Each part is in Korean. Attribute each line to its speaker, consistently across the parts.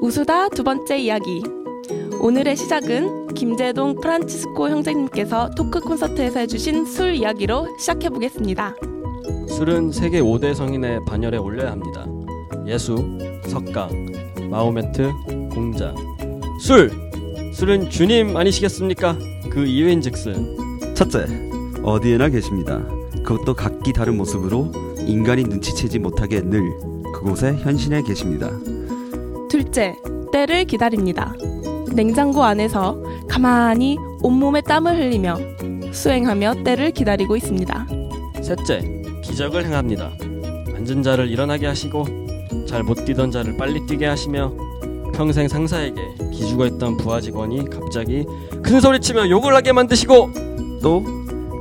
Speaker 1: 고수다 두 번째 이야기. 오늘의 시작은 김재동 프란치스코 형제님께서 토크 콘서트에서 해주신 술 이야기로 시작해보겠습니다.
Speaker 2: 술은 세계 5대 성인의 반열에 올려야 합니다. 예수, 석강, 마호메트, 공자. 술! 술은 주님 아니시겠습니까? 그 이외인즉슨
Speaker 3: 첫째, 어디에나 계십니다. 그것도 각기 다른 모습으로 인간이 눈치채지 못하게 늘 그곳에 현신해 계십니다.
Speaker 1: 둘째, 때를 기다립니다. 냉장고 안에서 가만히 온몸에 땀을 흘리며 수행하며 때를 기다리고 있습니다.
Speaker 2: 셋째, 기적을 행합니다. 앉은 자를 일어나게 하시고 잘 못 뛰던 자를 빨리 뛰게 하시며 평생 상사에게 기죽어 있던 부하 직원이 갑자기 큰 소리치며 욕을 하게 만드시고
Speaker 3: 또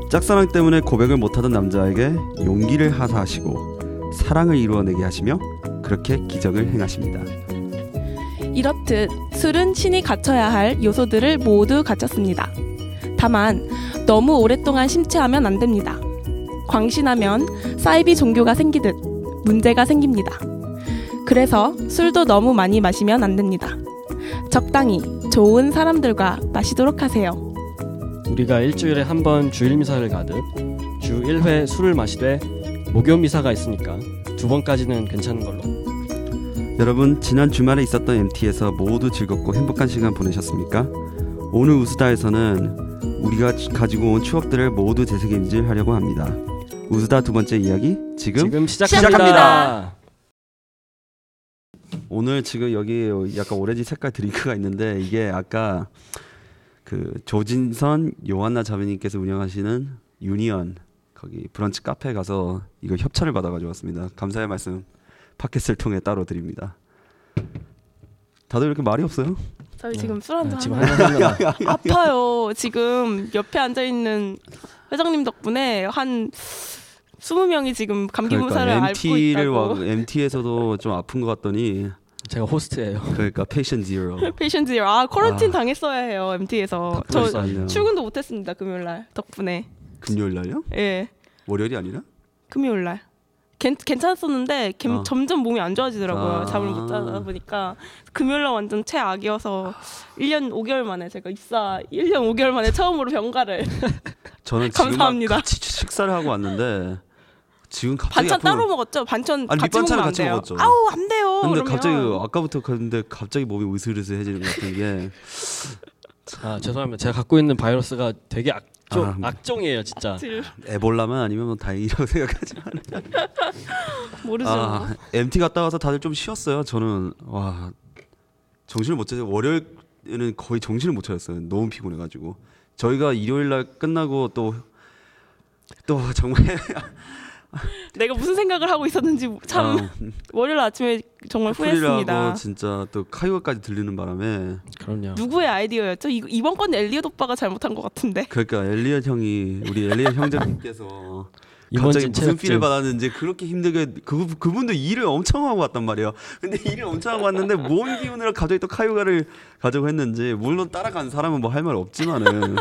Speaker 3: 짝사랑 때문에 고백을 못하던 남자에게 용기를 하사하시고 사랑을 이루어내게 하시며 그렇게 기적을 행하십니다.
Speaker 1: 이렇듯 술은 신이 갖춰야 할 요소들을 모두 갖췄습니다. 다만 너무 오랫동안 심취하면 안 됩니다. 광신하면 사이비 종교가 생기듯 문제가 생깁니다. 그래서 술도 너무 많이 마시면 안 됩니다. 적당히 좋은 사람들과 마시도록 하세요.
Speaker 2: 우리가 일주일에 한 번 주일 미사를 가듯 주 1회 술을 마시되 목요 미사가 있으니까 두 번까지는 괜찮은 걸로.
Speaker 3: 여러분, 지난 주말에 있었던 MT에서 모두 즐겁고 행복한 시간 보내셨습니까? 오늘 우스다에서는 우리가 지- 가지고 온 추억들을 모두 되새김질 하려고 합니다. 우스다 두 번째 이야기 지금
Speaker 2: 지금 시작합니다.
Speaker 1: 시작합니다.
Speaker 3: 오늘 지금 여기 약간 오렌지 색깔 드링크가 있는데 이게 아까 그 조진선 요한나 자매님께서 운영하시는 유니언 거기 브런치 카페 가서 이거 협찬을 받아가지고 왔습니다. 감사의 말씀 팟캐스트를 통해 따로 드립니다. 다들 이렇게 말이 없어요?
Speaker 1: 저희
Speaker 2: 네.
Speaker 1: 지금
Speaker 3: 아,
Speaker 1: 술 한잔
Speaker 2: 지금
Speaker 1: 하면
Speaker 2: 하나 하나.
Speaker 1: 아파요. 지금 옆에 앉아 있는 회장님 덕분에 한 20명이 지금 감기
Speaker 2: 그러니까
Speaker 1: 몸살을 앓고
Speaker 3: 그러니까 MT를
Speaker 1: 있다고.
Speaker 3: 와, MT에서도 좀 아픈 것 같더니
Speaker 2: 제가 호스트예요.
Speaker 3: 그러니까 페이션 제로
Speaker 1: 페이션즈 아 코런틴
Speaker 3: 아.
Speaker 1: 당했어야 해요 MT에서 저
Speaker 2: 벌써
Speaker 1: 출근도 못했습니다 금요일날 덕분에
Speaker 3: 금요일 날요?
Speaker 1: 예
Speaker 3: 월요일이 아니라?
Speaker 1: 금요일날 괜, 괜찮았었는데 겜-
Speaker 3: 어.
Speaker 1: 점점 몸이 안 좋아지더라고요
Speaker 3: 아.
Speaker 1: 잠을 못 자다 보니까 금요일날 완전 최악이어서 1년 5개월 만에 제가 입사 1년 5개월 만에 처음으로 병가를
Speaker 3: 저는 지금
Speaker 1: 감사합니다.
Speaker 3: 막 같이 식사를 하고 왔는데 지금 갑자기
Speaker 1: 반찬
Speaker 3: 아픈 걸
Speaker 1: 따로 먹었죠 반찬
Speaker 3: 아니,
Speaker 1: 같이
Speaker 3: 밑반찬을
Speaker 1: 먹으면 안
Speaker 3: 같이
Speaker 1: 돼요
Speaker 3: 먹었죠.
Speaker 1: 아우 안 돼요
Speaker 3: 근데
Speaker 1: 그러면.
Speaker 3: 갑자기 아까부터 그런데 갑자기 몸이 으슬으슬해지는 것 같은 게
Speaker 2: 아 죄송합니다. 제가 갖고 있는 바이러스가 되게 악종
Speaker 3: 아, 뭐.
Speaker 2: 악종이에요 진짜.
Speaker 1: 질-
Speaker 3: 에볼라만 아니면 뭐 다행이라고 생각하지만
Speaker 1: 모르죠
Speaker 3: 아 MT 갔다 와서 다들 좀 쉬었어요. 저는 와 정신을 못 차려 월요일에는 거의 정신을 못 차렸어요. 너무 피곤해가지고 저희가 일요일 날 끝나고 또 또
Speaker 1: 네,
Speaker 3: 정말
Speaker 1: 내가 무슨 생각을 하고 있었는지 참
Speaker 3: 아,
Speaker 1: 월요일 아침에 정말 후회했습니다
Speaker 3: 풀이라고 진짜 또 카이오까지 들리는 바람에
Speaker 2: 그럼요.
Speaker 1: 어. 누구의 아이디어였죠? 이, 이번 건 엘리엇 오빠가 잘못한 것 같은데.
Speaker 3: 그러니까 엘리엇 형이 우리 엘리엇 형제님께서
Speaker 2: 이번
Speaker 3: 갑자기
Speaker 2: 주
Speaker 3: 무슨 피를
Speaker 2: 체력증.
Speaker 3: 받았는지 그렇게 힘들게 그 그분도 일을 엄청 하고 왔단 말이에요. 근데 일을 엄청 하고 왔는데 뭔 기운으로 갑자기 또 카이오가를 가지고 했는지 물론 따라간 사람은 뭐 할 말 없지만은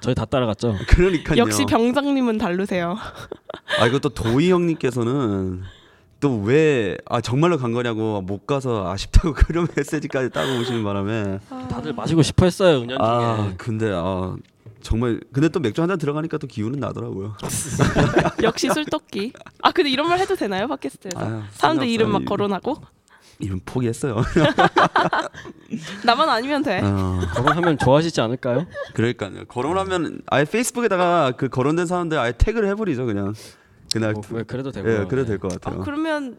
Speaker 2: 저희 다 따라갔죠.
Speaker 3: 그러니까요.
Speaker 1: 역시 병장님은 다르세요.
Speaker 3: 아 이거 또 도희 형님께서는 또 왜 아 정말로 간 거냐고 못 가서 아쉽다고 그런 메시지까지 따고 오시는 바람에
Speaker 2: 다들 마시고 싶어 했어요 은연 중에.
Speaker 3: 아 근데 아 정말 근데 또 맥주 한 잔 들어가니까 또 기운은 나더라고요.
Speaker 1: 역시 술떡기. 아 근데 이런 말 해도 되나요 팟캐스트에서?
Speaker 3: 아유,
Speaker 1: 사람들 이름 막
Speaker 3: 상관없어요.
Speaker 1: 거론하고
Speaker 3: 이름 포기했어요.
Speaker 1: 나만 아니면 돼.
Speaker 3: 어.
Speaker 2: 거론하면 좋아하시지 않을까요?
Speaker 3: 그러니까요. 거론하면 아예 페이스북에다가 그 거론된 사람들 아예 태그를 해버리죠 그냥 그날.
Speaker 2: 뭐,
Speaker 3: 두-
Speaker 2: 왜 그래도 되고.
Speaker 3: 아, 예, 그래도 될 것
Speaker 1: 아,
Speaker 3: 같아요.
Speaker 1: 그러면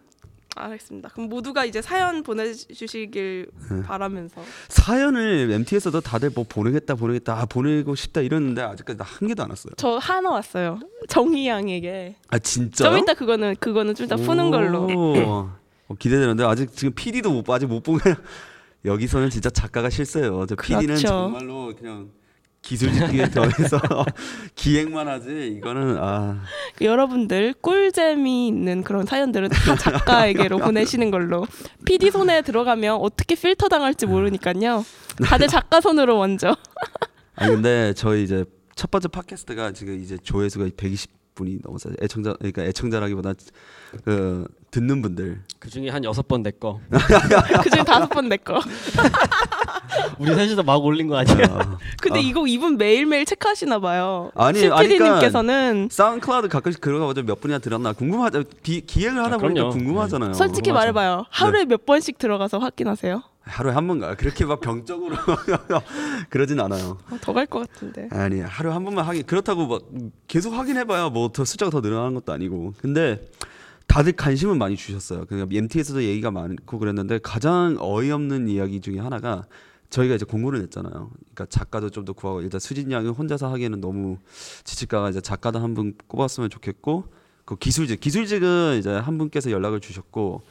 Speaker 1: 알겠습니다. 그럼 모두가 이제 사연 보내주시길
Speaker 3: 네.
Speaker 1: 바라면서
Speaker 3: 사연을 MT에서도 다들 뭐 보내겠다 보내겠다 아, 보내고 싶다 이러는데 아직까지 나 한 개도 안 왔어요.
Speaker 1: 저 하나 왔어요. 정희 양에게.
Speaker 3: 아 진짜요?
Speaker 1: 좀 이따 그거는 그거는 좀 이따 푸는 걸로.
Speaker 3: 오, 어, 기대되는데 아직 지금 PD도 못, 아직 못 보면 여기서는 진짜 작가가 실세요. 저 PD는
Speaker 1: 그렇죠.
Speaker 3: 정말로 그냥 기술직기에 더해서 기획만 하지 이거는 아
Speaker 1: 여러분들 꿀잼이 있는 그런 사연들은 다 작가에게로 보내시는 걸로. PD 손에 들어가면 어떻게 필터 당할지 모르니까요. 다들 작가 손으로 먼저.
Speaker 3: 아, 아니 근데 저희 이제 첫 번째 팟캐스트가 지금 이제 조회수가 120 분이 너무 세요. 애청자 그러니까 애청자라기보다 그 듣는 분들
Speaker 2: 그 중에 한 여섯 번 내 거.
Speaker 1: 그중에 다섯 번 내 거.
Speaker 2: 우리 셋이서 막 올린 거 아니야?
Speaker 3: 아,
Speaker 1: 근데
Speaker 3: 아.
Speaker 1: 이거 이분 매일매일 체크하시나 봐요.
Speaker 3: 아니,
Speaker 1: 신
Speaker 3: 아니, 그러니까
Speaker 1: PD님께서는
Speaker 3: 사운드클라우드 가끔씩 들어가보자 몇 분이나 들었나 궁금하죠. 기, 기획을 하다
Speaker 2: 아,
Speaker 3: 보니까
Speaker 2: 그럼요.
Speaker 3: 궁금하잖아요.
Speaker 1: 네.
Speaker 3: 네.
Speaker 1: 솔직히 말해봐요. 하루에 몇 번씩 들어가서 확인하세요?
Speaker 3: 하루에 한 번가 그렇게 막 병적으로 그러진 않아요.
Speaker 1: 어, 더 갈 것 같은데.
Speaker 3: 아니 하루에 한 번만 하긴 그렇다고 막 계속 확인해봐야 뭐 더 숫자가 더 늘어나는 것도 아니고 근데 다들 관심은 많이 주셨어요. 그러니까 그냥 MT에서도 얘기가 많고 그랬는데 가장 어이없는 이야기 중에 하나가 저희가 이제 공고를 냈잖아요. 그러니까 작가도 좀 더 구하고 일단 수진 양이 혼자서 하기에는 너무 지칠까가 이제 작가도 한 분 꼽았으면 좋겠고 그 기술직 기술직은 이제 한 분께서 연락을 주셨고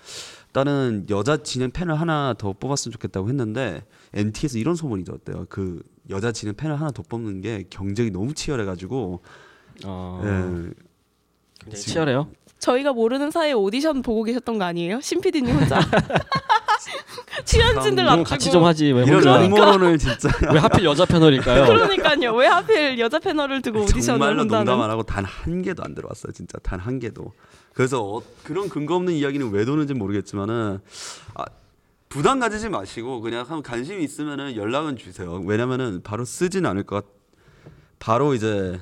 Speaker 3: 다른 여자 진행 팬을 하나 더 뽑았으면 좋겠다고 했는데 MT에서 이런 소문이 들었대요. 그 여자 진행 팬을 하나 더 뽑는 게 경쟁이 너무 치열해가지고
Speaker 2: 어,
Speaker 3: 예,
Speaker 2: 굉장히 치열해요.
Speaker 1: 저희가 모르는 사이에 오디션 보고 계셨던 거 아니에요? 신 PD님 혼자. 출연진들
Speaker 3: 아,
Speaker 2: 그럼
Speaker 1: 앞두고.
Speaker 2: 같이 좀 하지. 왜
Speaker 3: 이런
Speaker 2: 혼자?
Speaker 3: 음모론을 진짜
Speaker 2: 왜 하필 여자 패널일까요?
Speaker 1: 그러니까요. 왜 하필 여자 패널을 두고 오디션을
Speaker 3: 정말로
Speaker 1: 한다는.
Speaker 3: 농담 안 하고 단 한 개도 안 들어왔어요. 진짜 단 한 개도. 그래서 어, 그런 근거 없는 이야기는 왜 도는지 모르겠지만은 아, 부담 가지지 마시고 그냥 한 관심 이 있으면은 연락은 주세요. 왜냐면은 바로 쓰진 않을 것. 같- 바로 이제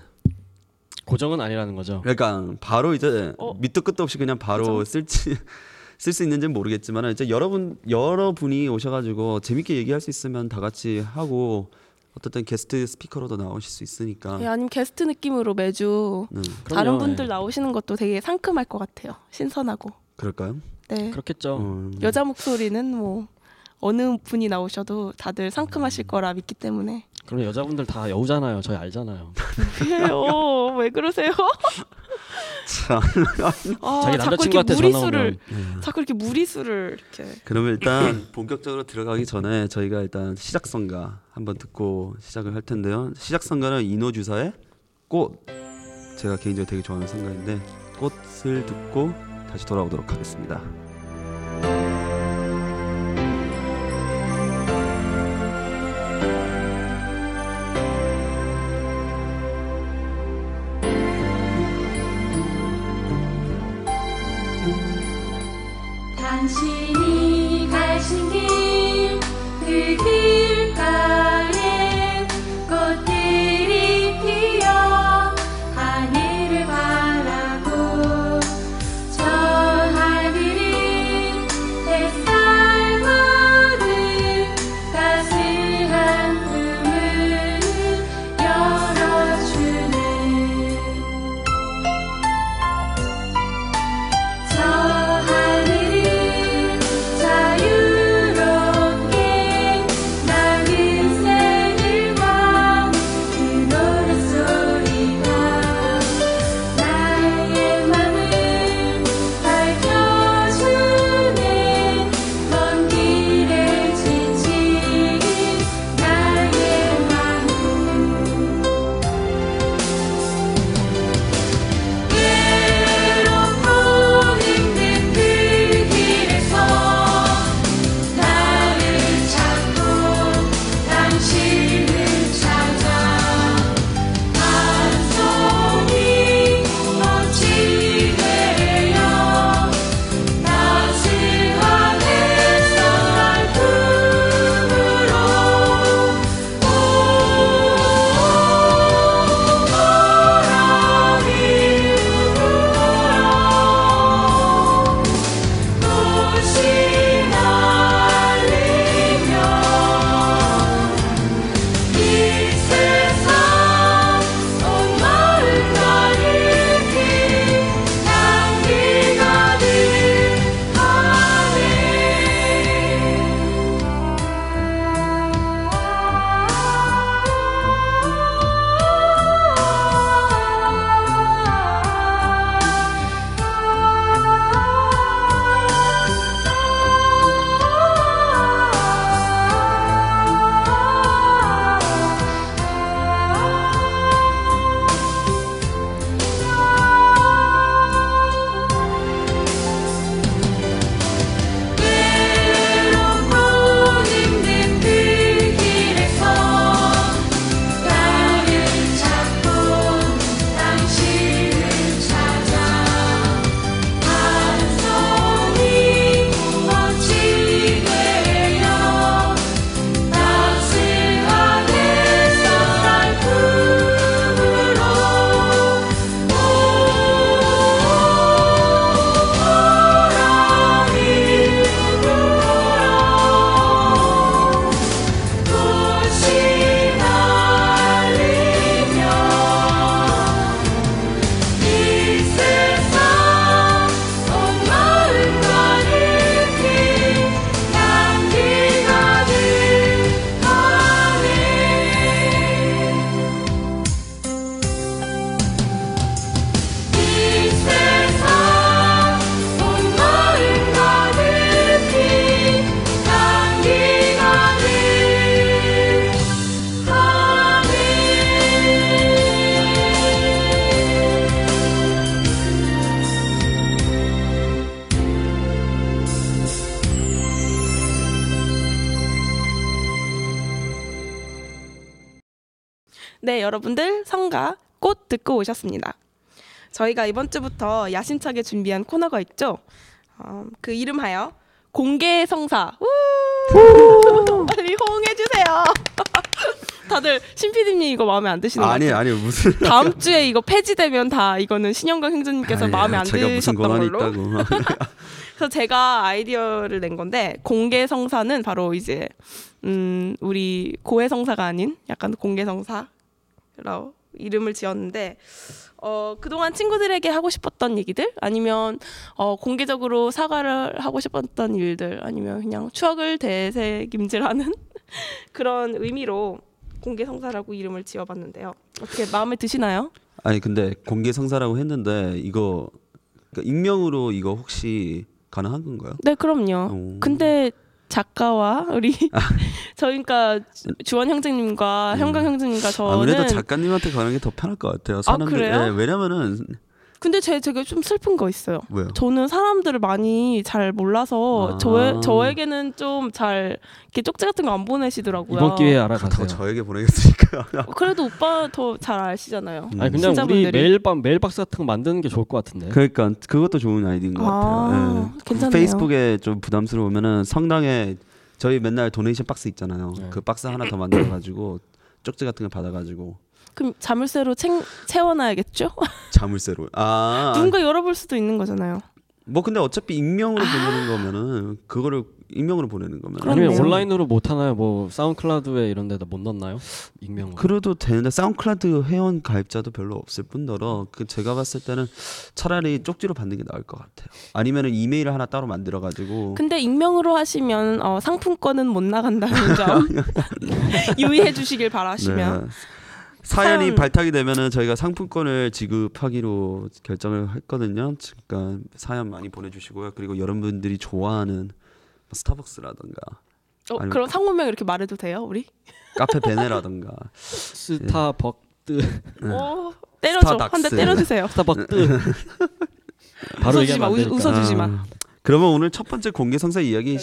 Speaker 2: 고정은 아니라는 거죠.
Speaker 3: 그러니까 바로 이제
Speaker 1: 어?
Speaker 3: 밑도 끝도 없이 그냥 바로 쓸지 쓸 수 있는지는 모르겠지만 이제 여러분 여러분이 오셔가지고 재밌게 얘기할 수 있으면 다 같이 하고 어쨌든 게스트 스피커로도 나오실 수 있으니까.
Speaker 1: 예, 아니면 게스트 느낌으로 매주
Speaker 3: 음,
Speaker 1: 다른
Speaker 2: 어. 그럼요,
Speaker 1: 분들
Speaker 2: 예.
Speaker 1: 나오시는 것도 되게 상큼할 것 같아요. 신선하고.
Speaker 3: 그럴까요?
Speaker 1: 네.
Speaker 2: 그렇겠죠.
Speaker 3: 음.
Speaker 1: 여자 목소리는 뭐 어느 분이 나오셔도 다들
Speaker 2: 음.
Speaker 1: 상큼하실 거라 믿기 때문에.
Speaker 2: 그럼 여자분들 다 여우잖아요. 저희 알잖아요.
Speaker 1: 왜요? 왜 그러세요?
Speaker 3: 참.
Speaker 1: 아, 자꾸 이렇게
Speaker 2: 자기 남자친구한테 전화 오면 예.
Speaker 1: 무리수를 자꾸 이렇게 무리수를 이렇게
Speaker 3: 그러면 일단 본격적으로 들어가기 전에 저희가 일단 시작선가 한번 듣고 시작을 할 텐데요. 시작선가는 인어주사의 꽃. 제가 개인적으로 되게 좋아하는 선가인데 꽃을 듣고 다시 돌아오도록 하겠습니다.
Speaker 4: 당신이 가신 길 그 길가에 꽃들이 피어 하늘을 바라고 저 하늘은 햇살 부는 따스한 꿈을 열어주는 저 하늘은 자유롭게
Speaker 1: 네, 여러분들 성가 꽃 듣고 오셨습니다. 저희가 이번 주부터 야심차게 준비한 코너가 있죠. 어, 그 이름하여 공개 성사. 우! 빨리 호응해 주세요. 다들 신피디님 이거 마음에 안 드시는 거
Speaker 3: 아니
Speaker 1: 같아요.
Speaker 3: 아니 무슨
Speaker 1: 다음 주에 이거 폐지되면 다 이거는 신영광 행정님께서
Speaker 3: 아니, 예.
Speaker 1: 마음에 안
Speaker 3: 제가 무슨
Speaker 1: 드셨던
Speaker 3: 권한이
Speaker 1: 걸로.
Speaker 3: 있다고.
Speaker 1: 그래서 제가 아이디어를 낸 건데 공개 성사는 바로 이제 음 우리 고해 성사가 아닌 약간 공개 성사라고 이름을 지었는데 어 그동안 친구들에게 하고 싶었던 얘기들 아니면 어 공개적으로 사과를 하고 싶었던 일들 아니면 그냥 추억을 되새김질하는 그런 의미로 공개 성사라고 이름을 지어봤는데요. 어떻게 마음에 드시나요?
Speaker 3: 아니 근데 공개 성사라고 했는데 이거 그러니까 익명으로 이거 혹시 가능한 건가요?
Speaker 1: 네, 그럼요.
Speaker 3: 오.
Speaker 1: 근데 작가와 우리
Speaker 3: 아.
Speaker 1: 저희니까 그러니까 주원 형제님과 현강 형제님과
Speaker 3: 음. 아무래도
Speaker 1: 저는
Speaker 3: 작가님한테 가는 게 더 편할 것 같아요.
Speaker 1: 그래요?
Speaker 3: 예, 왜냐면은
Speaker 1: 근데 제 되게 좀 슬픈 거 있어요.
Speaker 3: 왜요?
Speaker 1: 저는 사람들을 많이 잘 몰라서
Speaker 3: 아.
Speaker 1: 저 저에게는 좀 잘 이렇게 쪽지 같은 거 안 보내시더라고요.
Speaker 2: 이번 기회에
Speaker 3: 그렇다고
Speaker 2: 알아가세요.
Speaker 3: 저에게 보내겠으니까. 음.
Speaker 1: 그래도 오빠 더 잘 아시잖아요.
Speaker 2: 아니 그냥
Speaker 1: 시청자분들이.
Speaker 2: 우리 메일 밤 메일 박스 같은 거 만드는 게 좋을 것 같은데.
Speaker 3: 그러니까 그것도 좋은 아이디인 것 같아요.
Speaker 1: 네. 아,
Speaker 3: 예.
Speaker 1: 괜찮네요.
Speaker 3: 페이스북에 좀 부담스러우면은 성당에 저희 맨날 도네이션 박스 있잖아요.
Speaker 2: 네.
Speaker 3: 그 박스 하나 더 만들어 가지고 쪽지 같은 거 받아 가지고
Speaker 1: 그럼 자물쇠로 챙, 채워놔야겠죠?
Speaker 3: 자물쇠로. 아.
Speaker 1: 누군가 열어볼 수도 있는 거잖아요.
Speaker 3: 뭐 근데 어차피 익명으로 보내는 거면은 그거를 익명으로 보내는 거면
Speaker 2: 아니면
Speaker 1: 아. 그렇네요.
Speaker 2: 온라인으로 못 하나요? 뭐 사운드클라우드에 이런 데다 못 넣나요? 익명으로.
Speaker 3: 그래도 되는데 사운드클라우드 회원 가입자도 별로 없을 뿐더러 그 제가 봤을 때는 차라리 쪽지로 받는 게 나을 것 같아요. 아니면은 이메일을 하나 따로 만들어 가지고
Speaker 1: 근데 익명으로 하시면 어, 상품권은 못 나간다는 점 유의해 주시길 바라시며
Speaker 3: 네. 사연이
Speaker 1: 사연-
Speaker 3: 발탁이 되면은 저희가 상품권을 지급하기로 결정을 했거든요. 그러니까 사연 많이 보내주시고요. 그리고 여러분들이 좋아하는 뭐 스타벅스라던가
Speaker 1: 어,
Speaker 3: 네. 아니면-
Speaker 1: 그럼 상호명 이렇게 말해도 돼요, 우리?
Speaker 3: 카페 베네라던가 예.
Speaker 2: 스타벅드
Speaker 1: 오, 어, 때려줘. 한 대
Speaker 2: 네.
Speaker 3: 스타닥스.
Speaker 1: 때려주세요.
Speaker 2: 스타벅드. 바로
Speaker 1: 웃어주지
Speaker 2: 얘기하면
Speaker 1: 마,
Speaker 2: 안
Speaker 1: 웃-
Speaker 2: 되니까.
Speaker 1: 웃어주지 마.
Speaker 3: 아, 그러면 오늘 첫 번째 공개 성사 이야기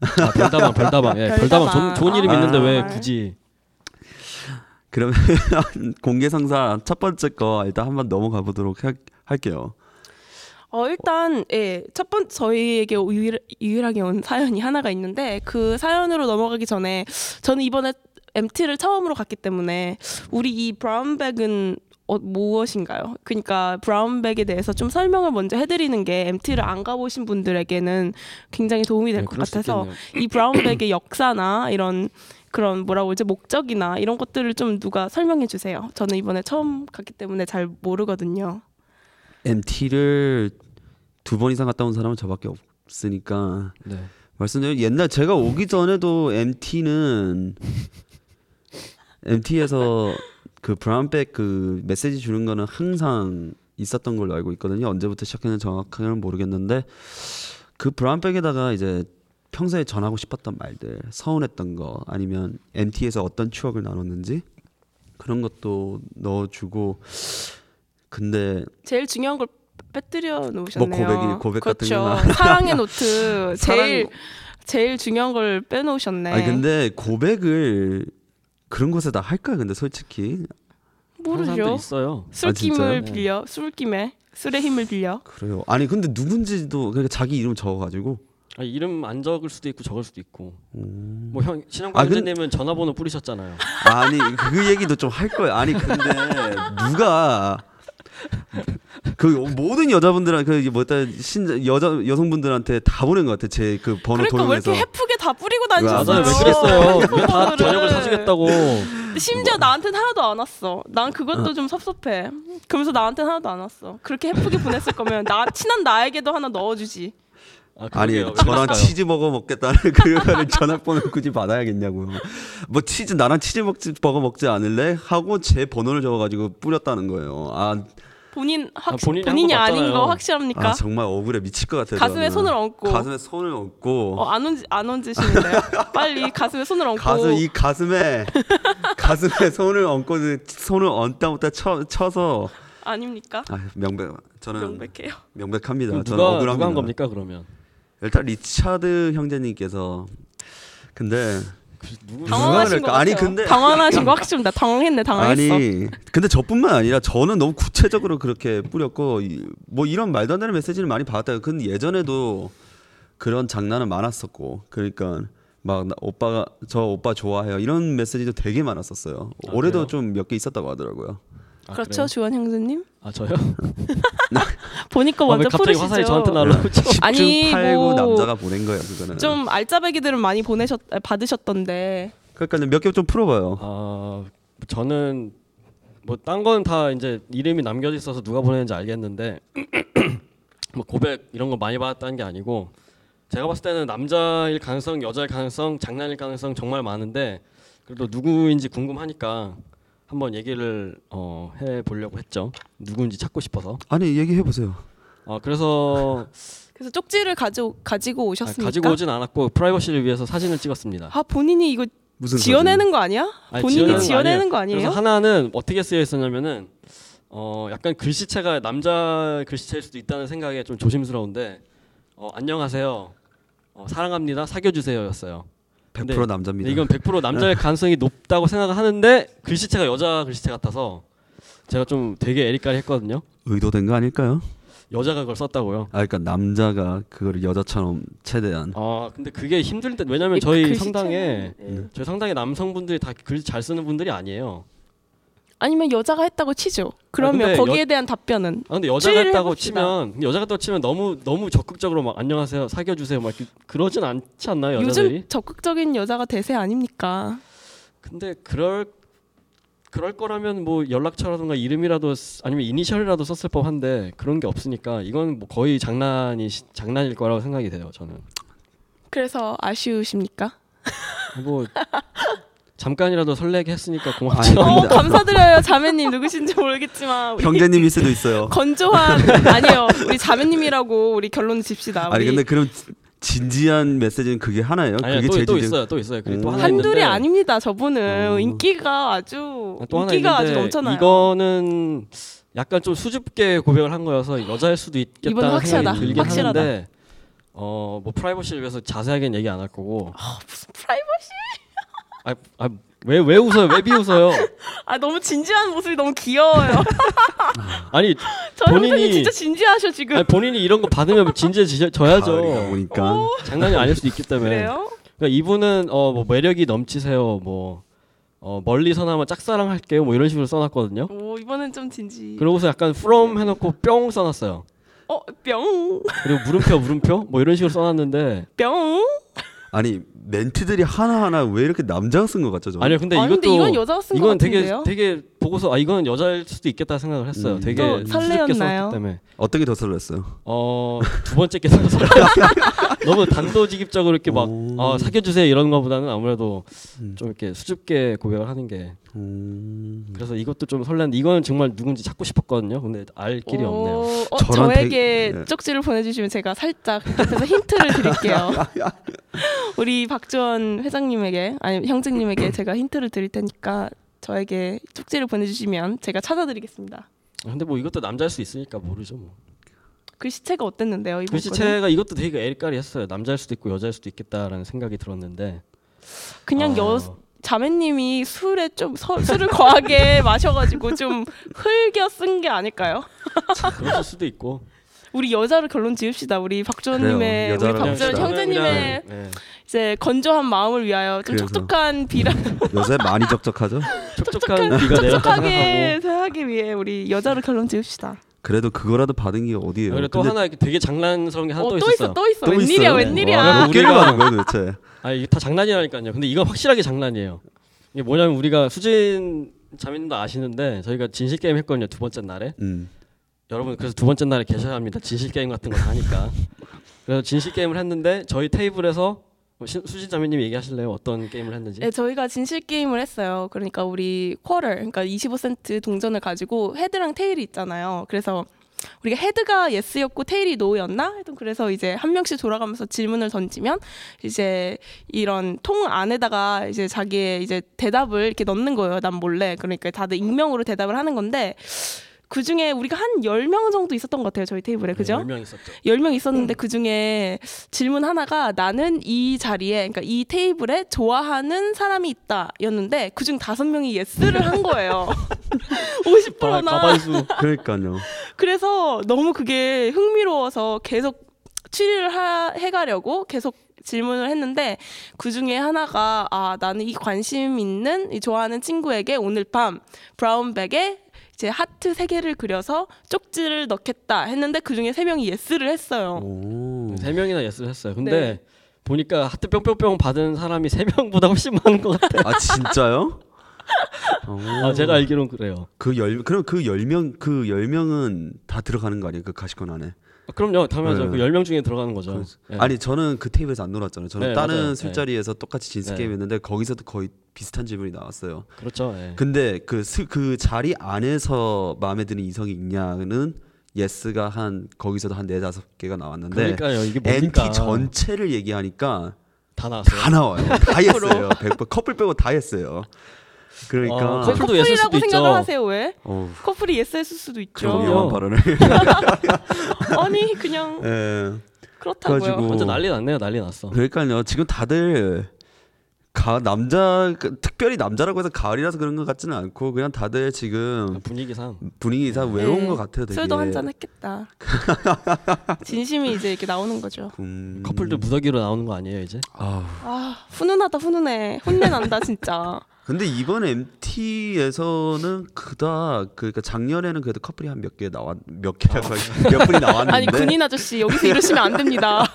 Speaker 2: 아, 별다방 별다방. 예, 별다방
Speaker 1: 별다방.
Speaker 2: 좋은, 좋은 이름
Speaker 3: 아.
Speaker 2: 있는데 왜 굳이
Speaker 3: 그러면 공개 상사 첫 번째 거 일단 한번 넘어가 보도록 할- 할게요.
Speaker 1: 어, 일단 예, 첫 번째 저희에게 유일, 유일하게 온 사연이 하나가 있는데 그 사연으로 넘어가기 전에 저는 이번에 MT를 처음으로 갔기 때문에 우리 이 브라운백은 어, 무엇인가요? 그러니까 브라운백에 대해서 좀 설명을 먼저 해드리는 게 MT를 안 가보신 분들에게는 굉장히 도움이 될
Speaker 2: 예,
Speaker 1: 것
Speaker 2: 그럴 수
Speaker 1: 같아서
Speaker 2: 있겠네요.
Speaker 1: 이 브라운백의 역사나 이런 그런 뭐라고 이제 목적이나 이런 것들을 좀 누가 설명해 주세요. 저는 이번에 처음 갔기 때문에 잘 모르거든요.
Speaker 3: MT를 두 번 이상 갔다 온 사람은 저밖에 없으니까
Speaker 2: 네.
Speaker 3: 말씀드린 옛날 제가 오기 전에도 MT는 MT에서 그 브라운백 그 메시지 주는 거는 항상 있었던 걸로 알고 있거든요. 언제부터 시작했는지 정확하게는 모르겠는데 그 브라운백에다가 이제 평소에 전하고 싶었던 말들, 서운했던 거 아니면 MT에서 어떤 추억을 나눴는지 그런 것도 넣어주고 근데
Speaker 1: 제일 중요한 걸 빼뜨려 놓으셨네요.
Speaker 3: 뭐 고백이- 고백 같은
Speaker 1: 그렇죠.
Speaker 3: 거나.
Speaker 1: 사랑의 노트
Speaker 3: 사랑-
Speaker 1: 제일 제일 중요한 걸 빼놓으셨네.
Speaker 3: 아니 근데 고백을 그런 곳에다 할까 근데 솔직히
Speaker 2: 그런 사람들
Speaker 1: 모르죠.
Speaker 2: 있어요.
Speaker 1: 술김을
Speaker 3: 아, 진짜요?
Speaker 2: 네.
Speaker 1: 빌려 술김에 술의 힘을 빌려.
Speaker 3: 그래요. 아니 근데 누군지도 그러니까 자기 이름 적어가지고
Speaker 2: 아, 이름 안 적을 수도 있고 적을 수도 있고. 뭐 형 신영광
Speaker 3: 아, 근-
Speaker 2: 선생님은 전화번호 뿌리셨잖아요.
Speaker 3: 아니 그 얘기도 좀 할 거예요. 아니 근데 누가 그 모든 여자분들한 그 뭐였다 신 여자 여성분들한테 다 보낸 것 같아 제 그 번호
Speaker 1: 그러니까 왜
Speaker 3: 도용해서
Speaker 1: 이렇게 헤프게 다 뿌리고
Speaker 3: 맞아요.
Speaker 1: 다니셨어요?
Speaker 2: 맞아요. 왜 그랬어요? 왜 다
Speaker 1: 번호를.
Speaker 2: 저녁을 사주겠다고.
Speaker 1: 심지어 나한테는 하나도 안 왔어. 난 그것도 좀 섭섭해. 그러면서 나한테는 하나도 안 왔어. 그렇게 예쁘게 보냈을 거면 나 친한 나에게도 하나 넣어주지.
Speaker 2: 아,
Speaker 3: 아니
Speaker 2: 그러게요. 왜
Speaker 3: 저랑
Speaker 2: 그랬을까요?
Speaker 3: 치즈 버거 먹겠다는 그거를 전화번호 굳이 받아야겠냐고요. 뭐 치즈 나랑 치즈 먹지 버거 먹지 않을래 하고 제 번호를 적어가지고 뿌렸다는 거예요. 아,
Speaker 1: 본인 확
Speaker 2: 아,
Speaker 1: 본인이,
Speaker 2: 본인이 한거
Speaker 1: 아닌 거
Speaker 2: 맞잖아요.
Speaker 1: 확실합니까?
Speaker 3: 아 정말 억울해 미칠 것 같아요.
Speaker 1: 그러니까? 가슴에
Speaker 3: 저는.
Speaker 1: 손을 얹고.
Speaker 3: 가슴에 손을
Speaker 2: 뭐.
Speaker 3: 얹고
Speaker 1: 어, 안 얹, 안 얹으시는데요? 빨리 가슴에 손을 얹고
Speaker 3: 가슴 이 가슴에 가슴에 손을 얹고 그 손을 얹다 못다 쳐, 쳐서
Speaker 1: 아닙니까?
Speaker 3: 아, 명백 저는
Speaker 1: 명백해요.
Speaker 3: 명백, 합니다
Speaker 2: 그럼
Speaker 3: 저는
Speaker 2: 누가
Speaker 3: 억울합니다.
Speaker 2: 누가 한 겁니까 그러면?
Speaker 3: 일단 리차드 형제님께서 근데
Speaker 2: 그 누구
Speaker 3: 당황-
Speaker 1: 당황하신 거
Speaker 3: 그럴까? 아니,
Speaker 1: 같아요.
Speaker 3: 근데
Speaker 1: 당황하신 거 확실히 나 당황했네 당황했어.
Speaker 3: 아니 근데 저뿐만 아니라 저는 너무 구체적으로 그렇게 뿌렸고 이- 뭐 이런 말도 안 되는 메시지를 많이 받았다. 근데 예전에도 그런 장난은 많았었고 그러니까 막 나- 오빠가 저 오빠 좋아해요 이런 메시지도 되게 많았었어요.
Speaker 2: 아, 그래요?
Speaker 3: 올해도 좀 몇 개 있었다고 하더라고요.
Speaker 2: 아,
Speaker 1: 그렇죠
Speaker 2: 그래요?
Speaker 1: 주원 형수님
Speaker 2: 아 저요?
Speaker 1: 보니까
Speaker 2: 아, 왜
Speaker 1: 먼저
Speaker 2: 갑자기
Speaker 1: 풀으시죠.
Speaker 2: 화살이 저한테 날라오죠?
Speaker 1: 아니,
Speaker 3: 10중 8구
Speaker 1: 뭐-
Speaker 3: 남자가 보낸 거예요 그거는.
Speaker 1: 좀 알짜배기들은 많이 보내셨 아, 받으셨던데
Speaker 3: 그러니까 몇 개 좀 풀어봐요.
Speaker 2: 아 저는 뭐 딴 건 다 이제 이름이 남겨져 있어서 누가 보내는지 알겠는데 뭐 고백 이런 거 많이 받았다는 게 아니고 제가 봤을 때는 남자일 가능성, 여자일 가능성, 장난일 가능성 정말 많은데 그래도 누구인지 궁금하니까 한번 얘기를 어, 해 보려고 했죠. 누구인지 찾고 싶어서.
Speaker 3: 아니 얘기해 보세요.
Speaker 2: 아 그래서
Speaker 1: 그래서 쪽지를 가져 가지고
Speaker 2: 아,
Speaker 1: 오셨습니까?
Speaker 2: 가지고 오진 않았고 프라이버시를 위해서 사진을 찍었습니다.
Speaker 1: 아 본인이 이거
Speaker 3: 무슨
Speaker 1: 지어내는 거 아니야?
Speaker 2: 아니,
Speaker 1: 본인이 지어내는
Speaker 2: 지어내는
Speaker 1: 거 아니에요?
Speaker 2: 그래서 하나는 어떻게 쓰여 있었냐면은 어 약간 글씨체가 남자 글씨체일 수도 있다는 생각에 좀 조심스러운데 어 안녕하세요 어, 사랑합니다 사귀어 주세요였어요.
Speaker 3: 사진?
Speaker 2: 네.
Speaker 3: 100% 남자입니다.
Speaker 2: 근데 이건 100%
Speaker 1: 네.
Speaker 2: 남자일 가능성이 높다고 생각을 하는데 글씨체가 여자 글씨체 같아서 제가 좀 되게 에리까리 했거든요.
Speaker 3: 의도된 거 아닐까요?
Speaker 2: 여자가 그걸 썼다고요.
Speaker 3: 아 그러니까 남자가 그거를 여자처럼 최대한
Speaker 2: 아 근데 그게 힘들 때 왜냐면
Speaker 1: 이
Speaker 2: 저희 네.
Speaker 1: 글씨체는-
Speaker 2: 성당에
Speaker 1: 예.
Speaker 2: 저희 성당에 남성분들이 다 글 잘 쓰는 분들이 아니에요.
Speaker 1: 아니면 여자가 했다고 치죠. 그러면
Speaker 2: 근데
Speaker 1: 거기에 대한 답변은
Speaker 2: 아 근데 여자
Speaker 1: 추리를
Speaker 2: 같다고
Speaker 1: 해봅시다.
Speaker 2: 치면 근데 여자 같다고 치면 너무 너무 적극적으로 막 안녕하세요 사귀어 주세요 막 이렇게 그러진 않지 않나요 네, 여자들이?
Speaker 1: 요즘 적극적인 여자가 대세 아닙니까?
Speaker 2: 근데 그럴 그럴 거라면 뭐 연락처라든가 이름이라도 쓰- 아니면 이니셜이라도 썼을 법한데 그런 게 없으니까 이건 뭐 거의 장난이 시- 장난일 거라고 생각이 돼요 저는
Speaker 1: 그래서 아쉬우십니까?
Speaker 2: 뭐 잠깐이라도 설레게 했으니까
Speaker 3: 아니,
Speaker 2: 고맙죠.
Speaker 3: 근데-
Speaker 1: 어, 감사드려요 자매님 누구신지 모르겠지만 우리
Speaker 3: 형제님일 수도 있어요.
Speaker 1: 건조한 아니에요 우리 자매님이라고 우리 결론 짚시다.
Speaker 3: 아니
Speaker 1: 우리
Speaker 3: 근데 그럼 지- 진지한 메시지는 그게 하나예요?
Speaker 2: 아니
Speaker 3: 그게
Speaker 2: 또,
Speaker 3: 제일
Speaker 2: 또
Speaker 3: 진지-
Speaker 2: 있어요 또 있어요 그리고 또
Speaker 3: 오.
Speaker 2: 하나
Speaker 1: 한둘이
Speaker 2: 있는데
Speaker 1: 아닙니다 저분은
Speaker 3: 어.
Speaker 1: 인기가 아주
Speaker 2: 또 하나
Speaker 1: 어, 인기가 아주
Speaker 2: 있는데
Speaker 1: 넘쳐나요.
Speaker 2: 이거는 약간 좀 수줍게 고백을 한 거여서 여자일 수도
Speaker 1: 이번엔
Speaker 2: 있겠다는
Speaker 1: 확실하다.
Speaker 2: 생각이 들긴
Speaker 1: 확실하다.
Speaker 2: 하는데 어뭐 프라이버시를 위해서 자세하게는 얘기 안 할 거고
Speaker 1: 프라이버시
Speaker 2: 아왜왜 웃어요 왜 비웃어요
Speaker 1: 아 너무 진지한 모습이 너무 귀여워요.
Speaker 2: 아니,
Speaker 1: 저 형님
Speaker 2: 본인이-
Speaker 1: 진짜 진지하셔 지금
Speaker 2: 아니 본인이 이런 거 받으면
Speaker 3: 아, 가을이다
Speaker 2: 진지해져야죠
Speaker 3: 보니까
Speaker 2: 장난이 아닐 수도 있기 때문에
Speaker 1: 그래요?
Speaker 2: 그러니까 이분은 어 뭐 매력이 넘치세요 뭐 어, 멀리서나마 짝사랑할게요 뭐 이런 식으로 써놨거든요
Speaker 1: 오 이번엔 좀 진지.
Speaker 2: 그러고서 약간 from 해놓고 뿅 써놨어요
Speaker 1: 어뿅뿅
Speaker 2: 그리고 물음표 물음표 뭐 이런 식으로 써놨는데
Speaker 3: 아니 멘트들이 하나 하나 왜 이렇게 남자가 쓴 것 같죠? 저는?
Speaker 2: 아니요 근데
Speaker 1: 아니,
Speaker 2: 이것도
Speaker 1: 근데 이건 여자가 쓴것
Speaker 2: 이건 되게
Speaker 1: 같은데요?
Speaker 2: 되게 보고서 아 이건 여자일 수도 있겠다 생각을 했어요.
Speaker 3: 음.
Speaker 2: 되게
Speaker 1: 또
Speaker 2: 수줍게
Speaker 1: 설레었나요?
Speaker 2: 썼기 때문에
Speaker 3: 어떻게 더 설렜어요?
Speaker 2: 어두 번째 게 설레 너무 단도직입적으로 이렇게 막
Speaker 3: 오.
Speaker 2: 아, 사귀어 주세요 이런 거보다는 아무래도
Speaker 3: 음.
Speaker 2: 좀 이렇게 수줍게 고백을 하는 게
Speaker 3: 음...
Speaker 2: 그래서 이것도 좀 설레는데 이건 정말 누군지 찾고 싶었거든요. 근데 알 길이 없네요. 네.
Speaker 1: 오, 어,
Speaker 3: 저랑
Speaker 1: 저에게
Speaker 3: 되게- 예.
Speaker 1: 쪽지를 보내주시면 제가 살짝 옆에서 힌트를 드릴게요. 우리 박지원 회장님에게 아니 형제님에게 제가 힌트를 드릴 테니까 저에게 쪽지를 보내주시면 제가 찾아드리겠습니다.
Speaker 2: 근데 뭐 이것도 남자일 수 있으니까 모르죠 뭐.
Speaker 1: 글씨체가 어땠는데요 이번 거는?
Speaker 2: 글씨체가 이것도 되게 애리까리했어요. 남자일 수도 있고 여자일 수도 있겠다라는 생각이 들었는데
Speaker 1: 그냥
Speaker 2: 어,
Speaker 1: 여 자매님이 술에 좀 서- 술을 과하게 마셔가지고 좀 흘겨 쓴 게 아닐까요?
Speaker 2: 그럴 수도 있고
Speaker 1: 우리 여자로 결론 지읍시다. 우리 박지원님의
Speaker 3: 그래요,
Speaker 1: 우리
Speaker 3: 여자로
Speaker 1: 박지원
Speaker 3: 합시다.
Speaker 1: 형제님의
Speaker 2: 네.
Speaker 1: 이제 건조한 마음을 위하여 좀
Speaker 3: 그래서.
Speaker 1: 촉촉한 비라
Speaker 3: 요새 많이 적적하죠?
Speaker 2: 촉촉한 비가 내렸다
Speaker 1: 촉촉하게
Speaker 2: 생각하고
Speaker 1: 생각하기 위해 우리 여자로 결론 지읍시다.
Speaker 3: 그래도 그거라도 받은 게 어디예요?
Speaker 2: 그리고 또 하나 이렇게 되게 장난스러운 게 하나 또
Speaker 1: 어, 또 있어,
Speaker 2: 있었어요.
Speaker 1: 또 있어.
Speaker 3: 또
Speaker 1: 웬일이야,
Speaker 3: 있어요? 네. 아,
Speaker 1: 웬일이야.
Speaker 2: 와.
Speaker 3: 몇 개를
Speaker 2: 우리가-
Speaker 3: 받은 거예요 도대체?
Speaker 2: 아 이게 다 장난이라니까요. 근데 이건 확실하게 장난이에요. 이게 뭐냐면 우리가 수진 자매님도 아시는데 저희가 진실 게임 했거든요 두 번째 날에
Speaker 3: 음.
Speaker 2: 여러분 그래서 두 번째 날에 계셔야 합니다 진실 게임 같은 거 다 하니까 그래서 진실 게임을 했는데 저희 테이블에서 뭐 시- 수진 자매님 얘기하실래요 어떤 게임을 했는지
Speaker 1: 네, 저희가 진실 게임을 했어요. 그러니까 우리 쿼럴, 그러니까 25센트 동전을 가지고 헤드랑 테일이 있잖아요. 그래서 우리가 헤드가 예스였고 테일이 노였나? 하여튼 그래서 이제 한 명씩 돌아가면서 질문을 던지면 이제 이런 통 안에다가 이제 자기의 이제 대답을 이렇게 넣는 거예요. 난 몰래. 그러니까 다들 익명으로 대답을 하는 건데 그 중에 우리가 한 10명 정도 있었던 것 같아요, 저희 테이블에. 그죠?
Speaker 2: 네, 명 있었죠.
Speaker 1: 10명 있었는데
Speaker 2: 네.
Speaker 1: 그 중에 질문 하나가 나는 이 자리에, 그러니까 이 테이블에 좋아하는 사람이 있다 였는데 그중 다섯 명이 예스를 한 거예요.
Speaker 2: 아,
Speaker 1: 50%나.
Speaker 2: 가반수.
Speaker 3: 그러니까요.
Speaker 1: 그래서 너무 그게 흥미로워서 계속 추리를 하- 해가려고 계속 질문을 했는데 그 중에 하나가 아 나는 이 관심 있는 이 좋아하는 친구에게 오늘 밤 브라운백에 이제 하트 세 개를 그려서 쪽지를 넣겠다 했는데 그 중에 세 명이 예스를 했어요.
Speaker 3: 오.
Speaker 2: 세 명이나 예스를 했어요. 근데
Speaker 1: 네.
Speaker 2: 보니까 하트 뿅뿅뿅 받은 사람이 세 명보다 훨씬 많은 것 같아요.
Speaker 3: 아 진짜요? 오.
Speaker 2: 아, 제가 알기론 그래요.
Speaker 3: 그열 그럼 그 열 명 그 열 명은 다 들어가는 거 아니에요? 그 가시권 안에.
Speaker 2: 아, 그럼요. 당연하죠.
Speaker 3: 네. 그렇죠.
Speaker 2: 그 10명 중에 들어가는 거죠. 예.
Speaker 3: 음. 아니 저는 그 테이블에서 안 놀았잖아요. 저는
Speaker 2: 네,
Speaker 3: 다른
Speaker 2: 맞아요.
Speaker 3: 술자리에서 똑같이 진스
Speaker 2: 네.
Speaker 3: 게임 했는데 거기서도 거의 비슷한 질문이 나왔어요.
Speaker 2: 그렇죠. 예.
Speaker 3: 근데 그 그 자리 안에서 마음에 드는 이성이 있냐는 예스가 한 거기서도 한 네 다섯 개가 나왔는데
Speaker 2: 그러니까요. 이게 뭡니까? 아,
Speaker 3: NT 전체를 얘기하니까
Speaker 2: 다 나왔어요.
Speaker 3: 다 나와요. 다 했어요. 100% 커플 빼고 다 했어요.
Speaker 2: 어,
Speaker 3: 그러니까
Speaker 2: 커플도 예스일 수도
Speaker 1: 아, 커플이라고 생각을
Speaker 2: 있죠.
Speaker 1: 하세요 왜?
Speaker 3: 어우,
Speaker 1: 커플이 예스 했을 수도
Speaker 3: 좀
Speaker 2: 그럼요.
Speaker 1: 있죠.
Speaker 3: 위험한 발언을.
Speaker 1: 아니 그냥
Speaker 3: 예.
Speaker 1: 그렇다고요.
Speaker 3: 그래가지고-
Speaker 2: 완전 난리 났네요. 난리 났어.
Speaker 3: 그러니까요. 지금 다들 가 남자 그, 특별히 남자라고 해서 가을이라서 그런 것 같지는 않고 그냥 다들 지금
Speaker 2: 분위기상.
Speaker 3: 음. 분위기상 외로운
Speaker 1: 네.
Speaker 3: 것 같아요. 되게.
Speaker 1: 술도 한잔 했겠다. 진심이 이제 이렇게 나오는 거죠.
Speaker 3: 음...
Speaker 2: 커플들 무더기로 나오는 거 아니에요, 이제?
Speaker 3: 아.
Speaker 1: 아 훈훈하다 훈훈해 혼내 난다 진짜
Speaker 3: 근데 이번 MT에서는 그닥 그러니까 작년에는 그래도 커플이 한 몇 개 나왔 몇 개라고 하기- 몇 분이 나왔는데
Speaker 1: 아. 아니 군인 아저씨 여기서 이러시면 안 됩니다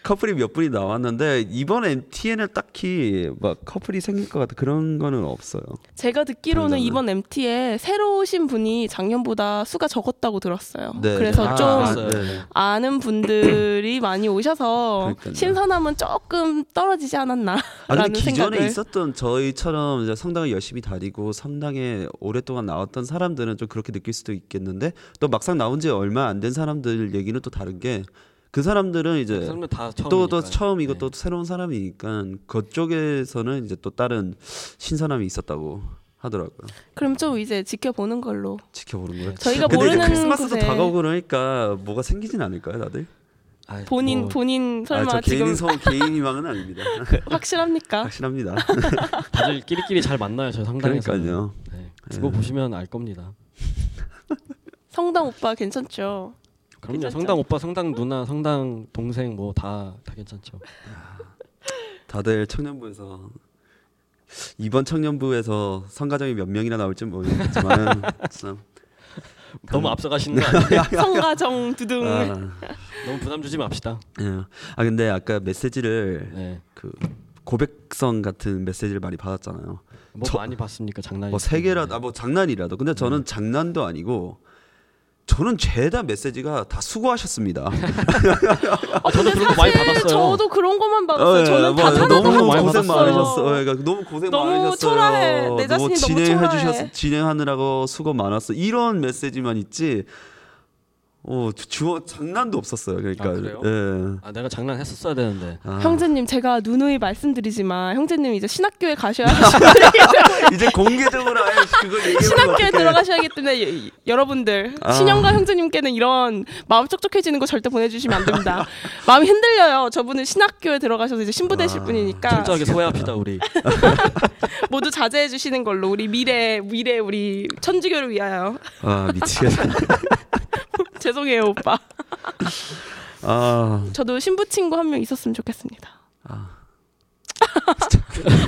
Speaker 3: 커플이 몇 분이 나왔는데 이번 MT에는 딱히 막 커플이 생길 것 같은 그런 거는 없어요.
Speaker 1: 제가 듣기로는
Speaker 3: 당장은.
Speaker 1: 이번 MT에 새로 오신 분이 작년보다 수가 적었다고 들었어요
Speaker 3: 네.
Speaker 1: 그래서
Speaker 3: 아,
Speaker 1: 좀
Speaker 3: 알았어요.
Speaker 1: 아는 분들이 많이 오셔서
Speaker 3: 그러니까요.
Speaker 1: 신선함은 조금 떨어지지 않았나라는
Speaker 3: 아 근데 기존에
Speaker 1: 생각을
Speaker 3: 있었던 저희처럼 이제 성당을 열심히 다니고 성당에 오랫동안 나왔던 사람들은 좀 그렇게 느낄 수도 있겠는데 또 막상 나온 지 얼마 안 된 사람들 얘기는 또 다른 게 그 사람들은
Speaker 1: 아,
Speaker 2: 그
Speaker 3: 이제
Speaker 2: 사람들 다 처음.
Speaker 3: 또 또 처음이고
Speaker 1: 네.
Speaker 3: 또 새로운 사람이니까 그쪽에서는 이제 또 다른 신선함이 있었다고 하더라고요.
Speaker 1: 그럼 좀 이제 지켜보는 걸로
Speaker 3: 지켜보는 거예요.
Speaker 1: 저희가
Speaker 3: 근데 이제
Speaker 1: 그러니까 모르는
Speaker 3: 크리스마스도
Speaker 1: 곳에
Speaker 3: 다가오고 그러니까 뭐가 생기진 않을까요, 다들?
Speaker 1: 본인
Speaker 2: 뭐,
Speaker 3: 뭐
Speaker 1: 본인 설마
Speaker 3: 아, 저
Speaker 1: 지금 그러니까?
Speaker 3: 개인 성 개인 희망은 아닙니다.
Speaker 1: 확실합니까?
Speaker 3: 확실합니다.
Speaker 2: 다들 끼리끼리 잘 만나요, 저 상당에서.
Speaker 3: 그러니까요.
Speaker 2: 네. 두고 보시면 알 겁니다.
Speaker 1: 성당 오빠 괜찮죠?
Speaker 2: 그럼요.
Speaker 1: 괜찮죠?
Speaker 2: 성당 오빠, 성당 누나, 성당 동생 뭐 다 다 괜찮죠.
Speaker 3: 다들 청년부에서 이번 청년부에서 성가정이 몇 명이나 나올지 모르겠지만 참그
Speaker 2: 너무 앞서가시는 거 아니에요?
Speaker 1: 성가정 두둥
Speaker 3: 아,
Speaker 2: 너무 부담 주지 맙시다.
Speaker 3: 예. 아 근데 아까 메시지를
Speaker 2: 네.
Speaker 3: 그 고백성 같은 메시지를 많이 받았잖아요.
Speaker 2: 뭐
Speaker 3: 저-
Speaker 2: 많이 봤습니까 장난이?
Speaker 3: 뭐 세 개라도 아, 뭐 장난이라도 근데
Speaker 2: 네.
Speaker 3: 저는 장난도 아니고 저는 죄다 메시지가 다 수고하셨습니다.
Speaker 2: 아, 저도 그런 거 많이 받았어요.
Speaker 1: 저도 그런 것만 받았어요. 저는
Speaker 3: 뭐
Speaker 1: 단 하나도
Speaker 3: 너무
Speaker 1: 받지
Speaker 3: 고생
Speaker 1: 않았어요.
Speaker 3: 많으셨어요. 그러니까 너무 고생
Speaker 1: 너무
Speaker 3: 많으셨어요.
Speaker 1: 초라해. 내 자신이 너무
Speaker 3: 진행해
Speaker 1: 초라해.
Speaker 3: 주셔서 진행하느라고 수고 많았어. 이런 메시지만 있지. 어 주- 주어 장난도 없었어요. 그러니까
Speaker 2: 아, 그래요?
Speaker 3: 예.
Speaker 2: 아 내가 장난했었어야 되는데.
Speaker 3: 아,
Speaker 1: 형제님 제가 누누이 말씀드리지만 형제님 이제 신학교에 가셔야 신학교에
Speaker 3: 이제 공개적으로 아예 그걸 얘기해
Speaker 1: 들어가셔야기 때문에 여- 이- 여러분들
Speaker 3: 아.
Speaker 1: 신영과 형제님께는 이런 마음 촉촉해지는 거 절대 보내주시면 안 됩니다. 마음이 흔들려요. 저분은 신학교에 들어가셔서 이제 신부 되실 분이니까
Speaker 2: 철저하게 소외합시다 우리.
Speaker 1: 모두 자제해 주시는 걸로 우리 미래 미래 우리 천주교를 위하여
Speaker 3: 아 미치겠다.
Speaker 1: 죄송해요 오빠.
Speaker 3: 아
Speaker 1: 저도 신부 친구 한 명 있었으면 좋겠습니다.
Speaker 3: 아.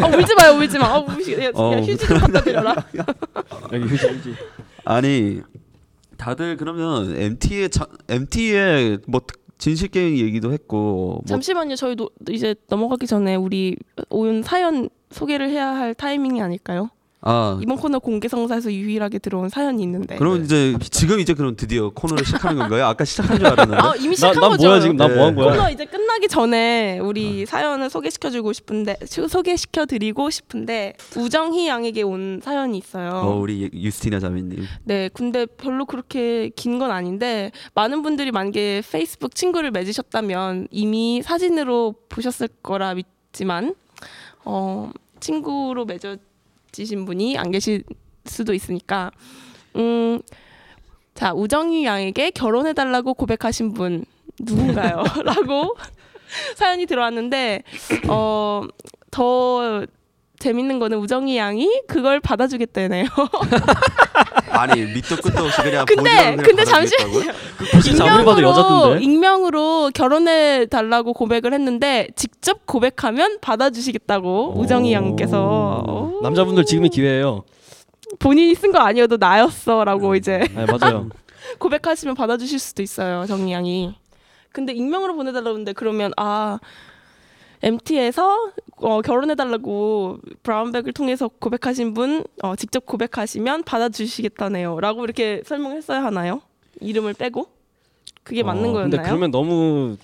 Speaker 1: 아, 울지 마요, 울지 마. 아, 울지. 야,
Speaker 3: 어.
Speaker 1: 야, 휴지 좀 갖다 드려라.
Speaker 3: 아,
Speaker 2: 여기 휴지 휴지.
Speaker 3: 아니 다들 그러면 MT의 MT의 뭐 특- 진실 게임 얘기도 했고 뭐
Speaker 1: 잠시만요. 저희 노, 이제 넘어가기 전에 우리 오윤 사연 소개를 해야 할 타이밍이 아닐까요?
Speaker 3: 아,
Speaker 1: 이번 코너 공개 성사에서 유일하게 들어온 사연이 있는데.
Speaker 3: 그럼 이제 지금 이제 그럼 드디어 코너를 시작하는 건가요? 아까 시작한 줄 알았는데.
Speaker 1: 아, 이미 시작한
Speaker 2: 나나
Speaker 1: 거죠.
Speaker 2: 뭐야 지금 나 뭐 한
Speaker 3: 네.
Speaker 2: 거야?
Speaker 1: 코너 이제 끝나기 전에 우리 사연을 소개시켜 주고 싶은데 소- 소개시켜 드리고 싶은데 우정희 양에게 온 사연이 있어요.
Speaker 3: 어, 우리 유스티나 자매님.
Speaker 1: 네, 근데 별로 그렇게 긴 건 아닌데 많은 분들이 만약에 페이스북 친구를 맺으셨다면 이미 사진으로 보셨을 거라 믿지만 어, 친구로 맺어지신 분이 안 계실 수도 있으니까 음, 자, 우정희 양에게 결혼해달라고 고백하신 분 누군가요? 라고 사연이 들어왔는데, 어, 더 재밌는 거는 우정희 양이 그걸 받아주겠다네요.
Speaker 3: 아니 밑도 끝도 없이 그냥 보지도
Speaker 1: 근데,
Speaker 3: 않는 그냥
Speaker 1: 근데
Speaker 3: 받아주겠다고요?
Speaker 1: 잠시만요.
Speaker 2: 굳이 아무리 봐도 여자던데.
Speaker 1: 익명으로 결혼해달라고 고백을 했는데, 직접 고백하면 받아주시겠다고 우정희 양께서. 오,
Speaker 2: 남자분들 지금이 기회예요.
Speaker 1: 본인이 쓴 거 아니어도 나였어. 라고 이제
Speaker 2: 네, 맞아요.
Speaker 1: 고백하시면 받아주실 수도 있어요 정리 양이 근데 익명으로 보내달라는데 그러면 아 MT에서 어, 결혼해달라고 브라운백을 통해서 고백하신 분 어, 직접 고백하시면 받아주시겠다네요 라고 이렇게 설명했어야 하나요? 이름을 빼고? 그게 맞는
Speaker 2: 어,
Speaker 1: 거였나요?
Speaker 2: 근데 그러면 너무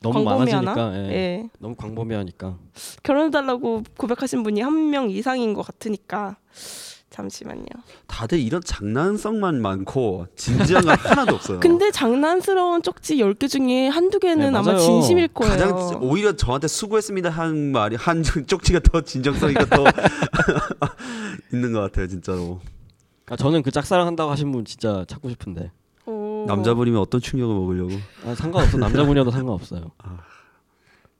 Speaker 2: 너무
Speaker 1: 광범위하나?
Speaker 2: 많아지니까
Speaker 1: 예.
Speaker 2: 예. 너무 광범위하니까
Speaker 1: 결혼해달라고 고백하신 분이 한 명 이상인 것 같으니까 잠시만요
Speaker 3: 다들 이런 장난성만 많고 진지한 건 하나도 없어요.
Speaker 1: 근데 장난스러운 쪽지 10개 중에 한두 개는
Speaker 2: 네,
Speaker 1: 아마
Speaker 2: 맞아요.
Speaker 1: 진심일 거예요
Speaker 3: 가장 오히려 저한테 수고했습니다 한 말이 한 쪽지가 더 진정성이가 더 있는 것 같아요 진짜로.
Speaker 2: 아, 저는 그 짝사랑한다고 하신 분 진짜 찾고 싶은데
Speaker 1: 오.
Speaker 3: 남자분이면 어떤 충격을 먹으려고
Speaker 2: 아, 상관없어 남자분이어도 상관없어요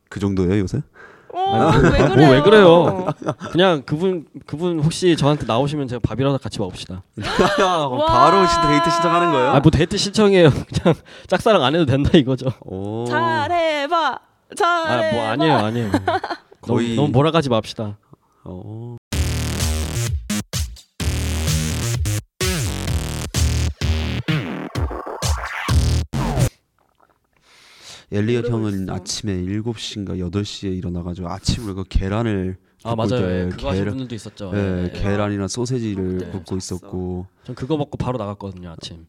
Speaker 3: 그 정도예요 요새?
Speaker 1: 어, 왜 그래요? 어,
Speaker 2: 뭐왜 그래요? 그냥 그분 그분 혹시 저한테 나오시면 제가 밥이라도 같이 먹읍시다
Speaker 3: 바로 시- 데이트 시작하는 거예요?
Speaker 2: 아 뭐 데이트 신청이에요 그냥 짝사랑 안 해도 된다 이거죠
Speaker 3: 오.
Speaker 1: 잘해봐.
Speaker 2: 어. 아
Speaker 1: 잘해봐.
Speaker 2: 뭐 아니에요 아니에요 너무,
Speaker 3: 거의-
Speaker 2: 뭐- 너무 몰아가지 맙시다
Speaker 3: 어. 엘리엇 형은
Speaker 1: 모르겠어.
Speaker 3: 아침에 7시인가 8시에 일어나가지고 아침으로 그 계란을
Speaker 2: 아
Speaker 3: 굽고
Speaker 2: 맞아요 예,
Speaker 3: 있대요.
Speaker 2: 그거 하신
Speaker 3: 계란-
Speaker 2: 분들도 있었죠
Speaker 3: 예,
Speaker 2: 예, 예.
Speaker 3: 계란이랑 소세지를
Speaker 2: 네,
Speaker 3: 굽고 있었고
Speaker 2: 전 그거 먹고 바로 나갔거든요 아침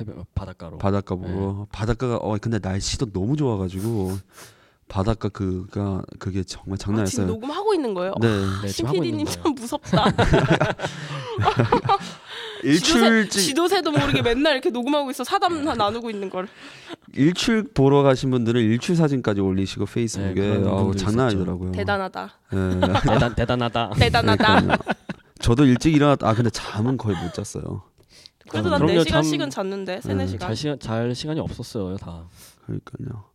Speaker 2: 해변 바닷가로
Speaker 3: 바닷가 보러 바닷가가 어 근데 날씨도 너무 좋아가지고 바닷가 그가 그게 정말 장난
Speaker 1: 아, 지금
Speaker 3: 아니었어요.
Speaker 1: 녹음하고 있는 거예요?
Speaker 3: 네
Speaker 2: 네,
Speaker 1: 신
Speaker 2: 지금
Speaker 1: p
Speaker 2: 하고
Speaker 1: d 님
Speaker 2: 있는
Speaker 1: 참 무섭다. 지도세,
Speaker 3: 일출지
Speaker 1: 지도세도 모르게 맨날 이렇게 녹음하고 있어
Speaker 2: 네.
Speaker 1: 사담 다 나누고 있는 걸.
Speaker 2: 음.
Speaker 3: 일출 보러 가신 분들은 일출 사진까지 올리시고 페이스북에
Speaker 2: 네, 그런
Speaker 3: 아우
Speaker 2: 분들도
Speaker 3: 장난
Speaker 2: 있었죠.
Speaker 3: 아니더라고요.
Speaker 1: 대단하다.
Speaker 3: 예.
Speaker 2: 거예요. 대단 대단하다
Speaker 1: 대단하다.
Speaker 3: 그러니까요. 저도 일찍 일어났다. 아 근데 잠은 거의 못 잤어요.
Speaker 1: 그래도 난
Speaker 2: 음, 그럼요,
Speaker 1: 4시간씩은
Speaker 2: 잠-
Speaker 1: 잤는데 3, 4시간.
Speaker 2: 음, 잘 시간 잘 시간이 없었어요 다
Speaker 3: 그러니까요. 음.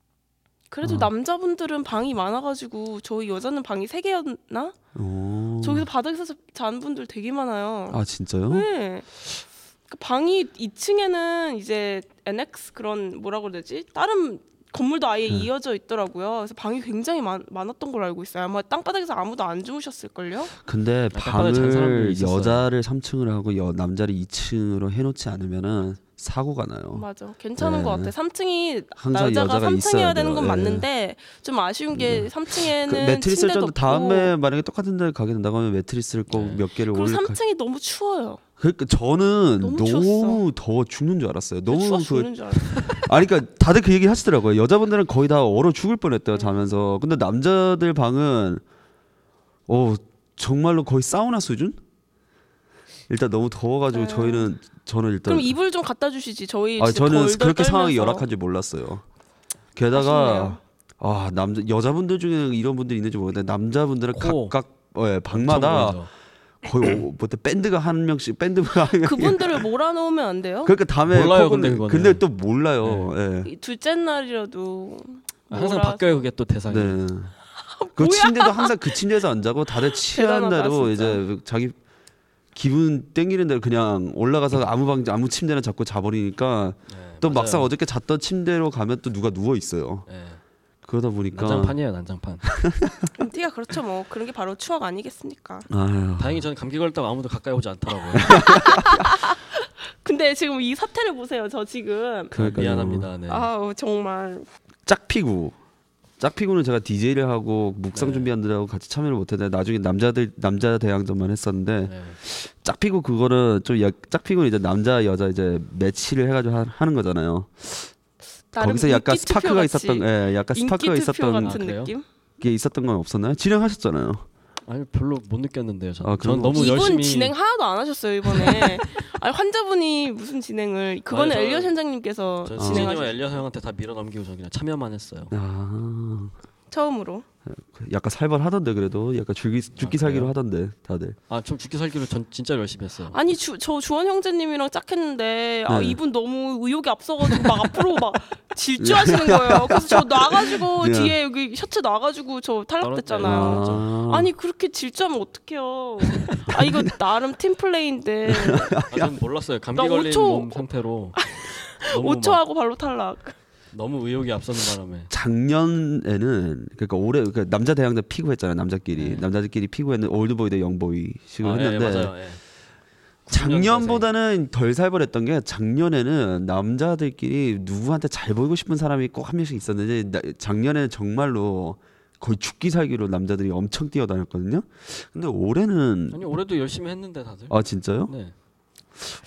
Speaker 1: 그래도 남자분들은 방이 많아가지고 저희 여자는 방이 3개였나?
Speaker 3: 오.
Speaker 1: 저기서 바닥에서 잔 분들 되게 많아요.
Speaker 3: 음. 아 진짜요?
Speaker 1: 네. 그 방이 2층에는 이제 NX 그런 뭐라고 해야 되지? 다른 건물도
Speaker 3: 네.
Speaker 1: 아예 이어져 있더라고요. 그래서 방이 굉장히 많, 많았던 걸 알고 있어요. 아마 땅바닥에서 아무도 안 주무셨을걸요?
Speaker 3: 어. 근데
Speaker 2: 바닥에 잔 사람들이
Speaker 3: 방을
Speaker 2: 있었어요.
Speaker 3: 여자를 3층을 하고 여, 남자를 2층으로 해놓지 않으면은 사고가 나요.
Speaker 1: 맞아. 괜찮은
Speaker 3: 네.
Speaker 1: 것 같아. 3층이
Speaker 3: 항상
Speaker 1: 남자가
Speaker 3: 여자가
Speaker 1: 3층이어야
Speaker 3: 있어야 돼요.
Speaker 1: 되는 건
Speaker 3: 예.
Speaker 1: 맞는데 좀 아쉬운 게 3층에는
Speaker 3: 그 매트리스를
Speaker 1: 침대도
Speaker 3: 좀
Speaker 1: 없고
Speaker 3: 다음에 만약에 똑같은 데 가게 된다고 하면 매트리스를 꼭
Speaker 2: 네.
Speaker 3: 몇 개를
Speaker 1: 그리고
Speaker 3: 올릴
Speaker 1: 3층이 너무 추워요.
Speaker 3: 그러니까 저는
Speaker 1: 너무
Speaker 3: 너무,
Speaker 1: 추웠어.
Speaker 3: 더워 죽는 줄 알았어요.
Speaker 1: 추워
Speaker 3: 너무 그
Speaker 1: 죽는 줄 알았어.
Speaker 3: 아니 그러니까 다들 그 얘기 하시더라고요. 여자분들은 거의 다 얼어 죽을
Speaker 1: 음.
Speaker 3: 뻔했대요 자면서. 근데 남자들 방은 어 정말로 거의 사우나 수준? 일단 너무 더워가지고
Speaker 1: 네.
Speaker 3: 저희는 저는 일단
Speaker 1: 그럼 이불 좀 갖다 주시지. 저희
Speaker 3: 네. 아
Speaker 1: 진짜
Speaker 3: 저는
Speaker 1: 덜덜
Speaker 3: 그렇게 상황이
Speaker 1: 떨면서.
Speaker 3: 열악한 줄 몰랐어요. 게다가 아 남자 여자분들 중에 이런 분들이 있는지 모르겠는데 남자분들은
Speaker 2: 코.
Speaker 3: 각각 예, 방마다
Speaker 2: 보이죠?
Speaker 3: 거의 어, 뭐 밴드가 한 명씩 밴드가 한 명.
Speaker 1: 그분들을 몰아놓으면 안 돼요?
Speaker 3: 그러니까 다음에
Speaker 2: 몰라요,
Speaker 3: 코고는-
Speaker 2: 근데 그거는. 네.
Speaker 3: 또 몰라요. 예.
Speaker 1: 이 둘째 날이라도
Speaker 2: 항상
Speaker 1: 몰아서.
Speaker 2: 바뀌어요 그게 또 대상이
Speaker 3: 네. 그 침대도 항상 그 침대에서 안 자고 다들 취한
Speaker 1: 대단하다,
Speaker 3: 대로
Speaker 1: 진짜.
Speaker 3: 이제 자기 기분 땡기는 대로 그냥 올라가서 아무 방 아무 침대나 잡고 자버리니까
Speaker 2: 네,
Speaker 3: 또
Speaker 2: 맞아요.
Speaker 3: 막상 어저께 잤던 침대로 가면 또 누가 누워 있어요.
Speaker 2: 네.
Speaker 3: 그러다 보니까
Speaker 2: 난장판이에요 난장판
Speaker 1: MT가 그렇죠 뭐 그런 게 바로 추억 아니겠습니까?
Speaker 3: 아휴.
Speaker 2: 다행히 저는 감기 걸렸다고 아무도 가까이 오지 않더라고요
Speaker 1: 근데 지금 이 사태를 보세요 저 지금
Speaker 3: 그러니까요.
Speaker 2: 미안합니다 네.
Speaker 1: 아우 정말
Speaker 3: 짝피구. 짝피구는 제가 DJ를 하고
Speaker 2: 네.
Speaker 3: 묵상 준비하느라고 같이 참여를 못했는데 나중에 남자들 남자 대항전만 했었는데
Speaker 2: 네.
Speaker 3: 짝피구 그거는 좀 여- 짝피구는 이제 남자 여자 이제 매치를 해가지고 하, 하는 거잖아요.
Speaker 1: 나름
Speaker 3: 거기서 약간
Speaker 1: 인기 투표
Speaker 3: 스파크가
Speaker 1: 같이,
Speaker 3: 있었던, 예, 약간
Speaker 1: 인기 투표
Speaker 3: 스파크가 있었던
Speaker 1: 같은
Speaker 2: 아, 그래요?
Speaker 1: 느낌.
Speaker 3: 게 있었던 건 없었나요? 진행하셨잖아요.
Speaker 2: 아니 별로 못 느꼈는데요 저는,
Speaker 3: 아,
Speaker 2: 저는
Speaker 3: 그런 거
Speaker 2: 너무
Speaker 1: 이분
Speaker 2: 열심히
Speaker 1: 진행 하나도 안 하셨어요 이번에. 아니 환자분이 무슨 진행을? 그거는
Speaker 2: 아니, 저는-
Speaker 1: 엘리엇 현장님께서
Speaker 2: 저는
Speaker 1: 진행하셨
Speaker 2: 아. 진이와 엘리아 형한테 다 밀어넘기고 저는 그냥 참여만 했어요
Speaker 3: 아,
Speaker 1: 처음으로.
Speaker 3: 약간 살벌하던데 그래도 약간 죽기 죽기
Speaker 2: 아,
Speaker 3: 살기로
Speaker 2: 그래요?
Speaker 3: 하던데 다들.
Speaker 2: 아저 죽기 살기로 전 진짜 열심히 했어요.
Speaker 1: 아니 주, 저 주원 형제님이랑 짝했는데 아
Speaker 3: 네.
Speaker 1: 이분 너무 의욕이 앞서가지고 막 앞으로 막 질주하시는 거예요. 그래서 저 나가지고
Speaker 3: 네.
Speaker 1: 뒤에 여기 셔츠 나가지고 저 탈락됐잖아요.
Speaker 3: 아,
Speaker 1: 아니 그렇게 질주하면 어떡해요. 아 이거 나름 팀플레이인데
Speaker 2: 아, 전 몰랐어요. 감기
Speaker 1: 나
Speaker 2: 걸린
Speaker 1: 5초
Speaker 2: 몸 상태로 너무
Speaker 1: 5초
Speaker 2: 막-
Speaker 1: 하고 발로 탈락. 아,
Speaker 2: 너무 의욕이 앞서는 바람에
Speaker 3: 작년에는 그러니까 올해 그러니까 남자 대항전 피구했잖아요 남자끼리
Speaker 2: 네.
Speaker 3: 남자들끼리 피구했는 올드보이 대 영보이 식으로
Speaker 2: 아, 예,
Speaker 3: 했는데
Speaker 2: 맞아요. 예.
Speaker 3: 작년보다는 덜 살벌했던 게 작년에는 남자들끼리 누구한테 잘 보이고 싶은 사람이 꼭 한 명씩 있었는데 나- 작년에는 정말로 거의 죽기 살기로 남자들이 엄청 뛰어다녔거든요. 근데 올해는
Speaker 2: 아니 올해도 열심히 했는데 다들.
Speaker 3: 아 진짜요?
Speaker 2: 네.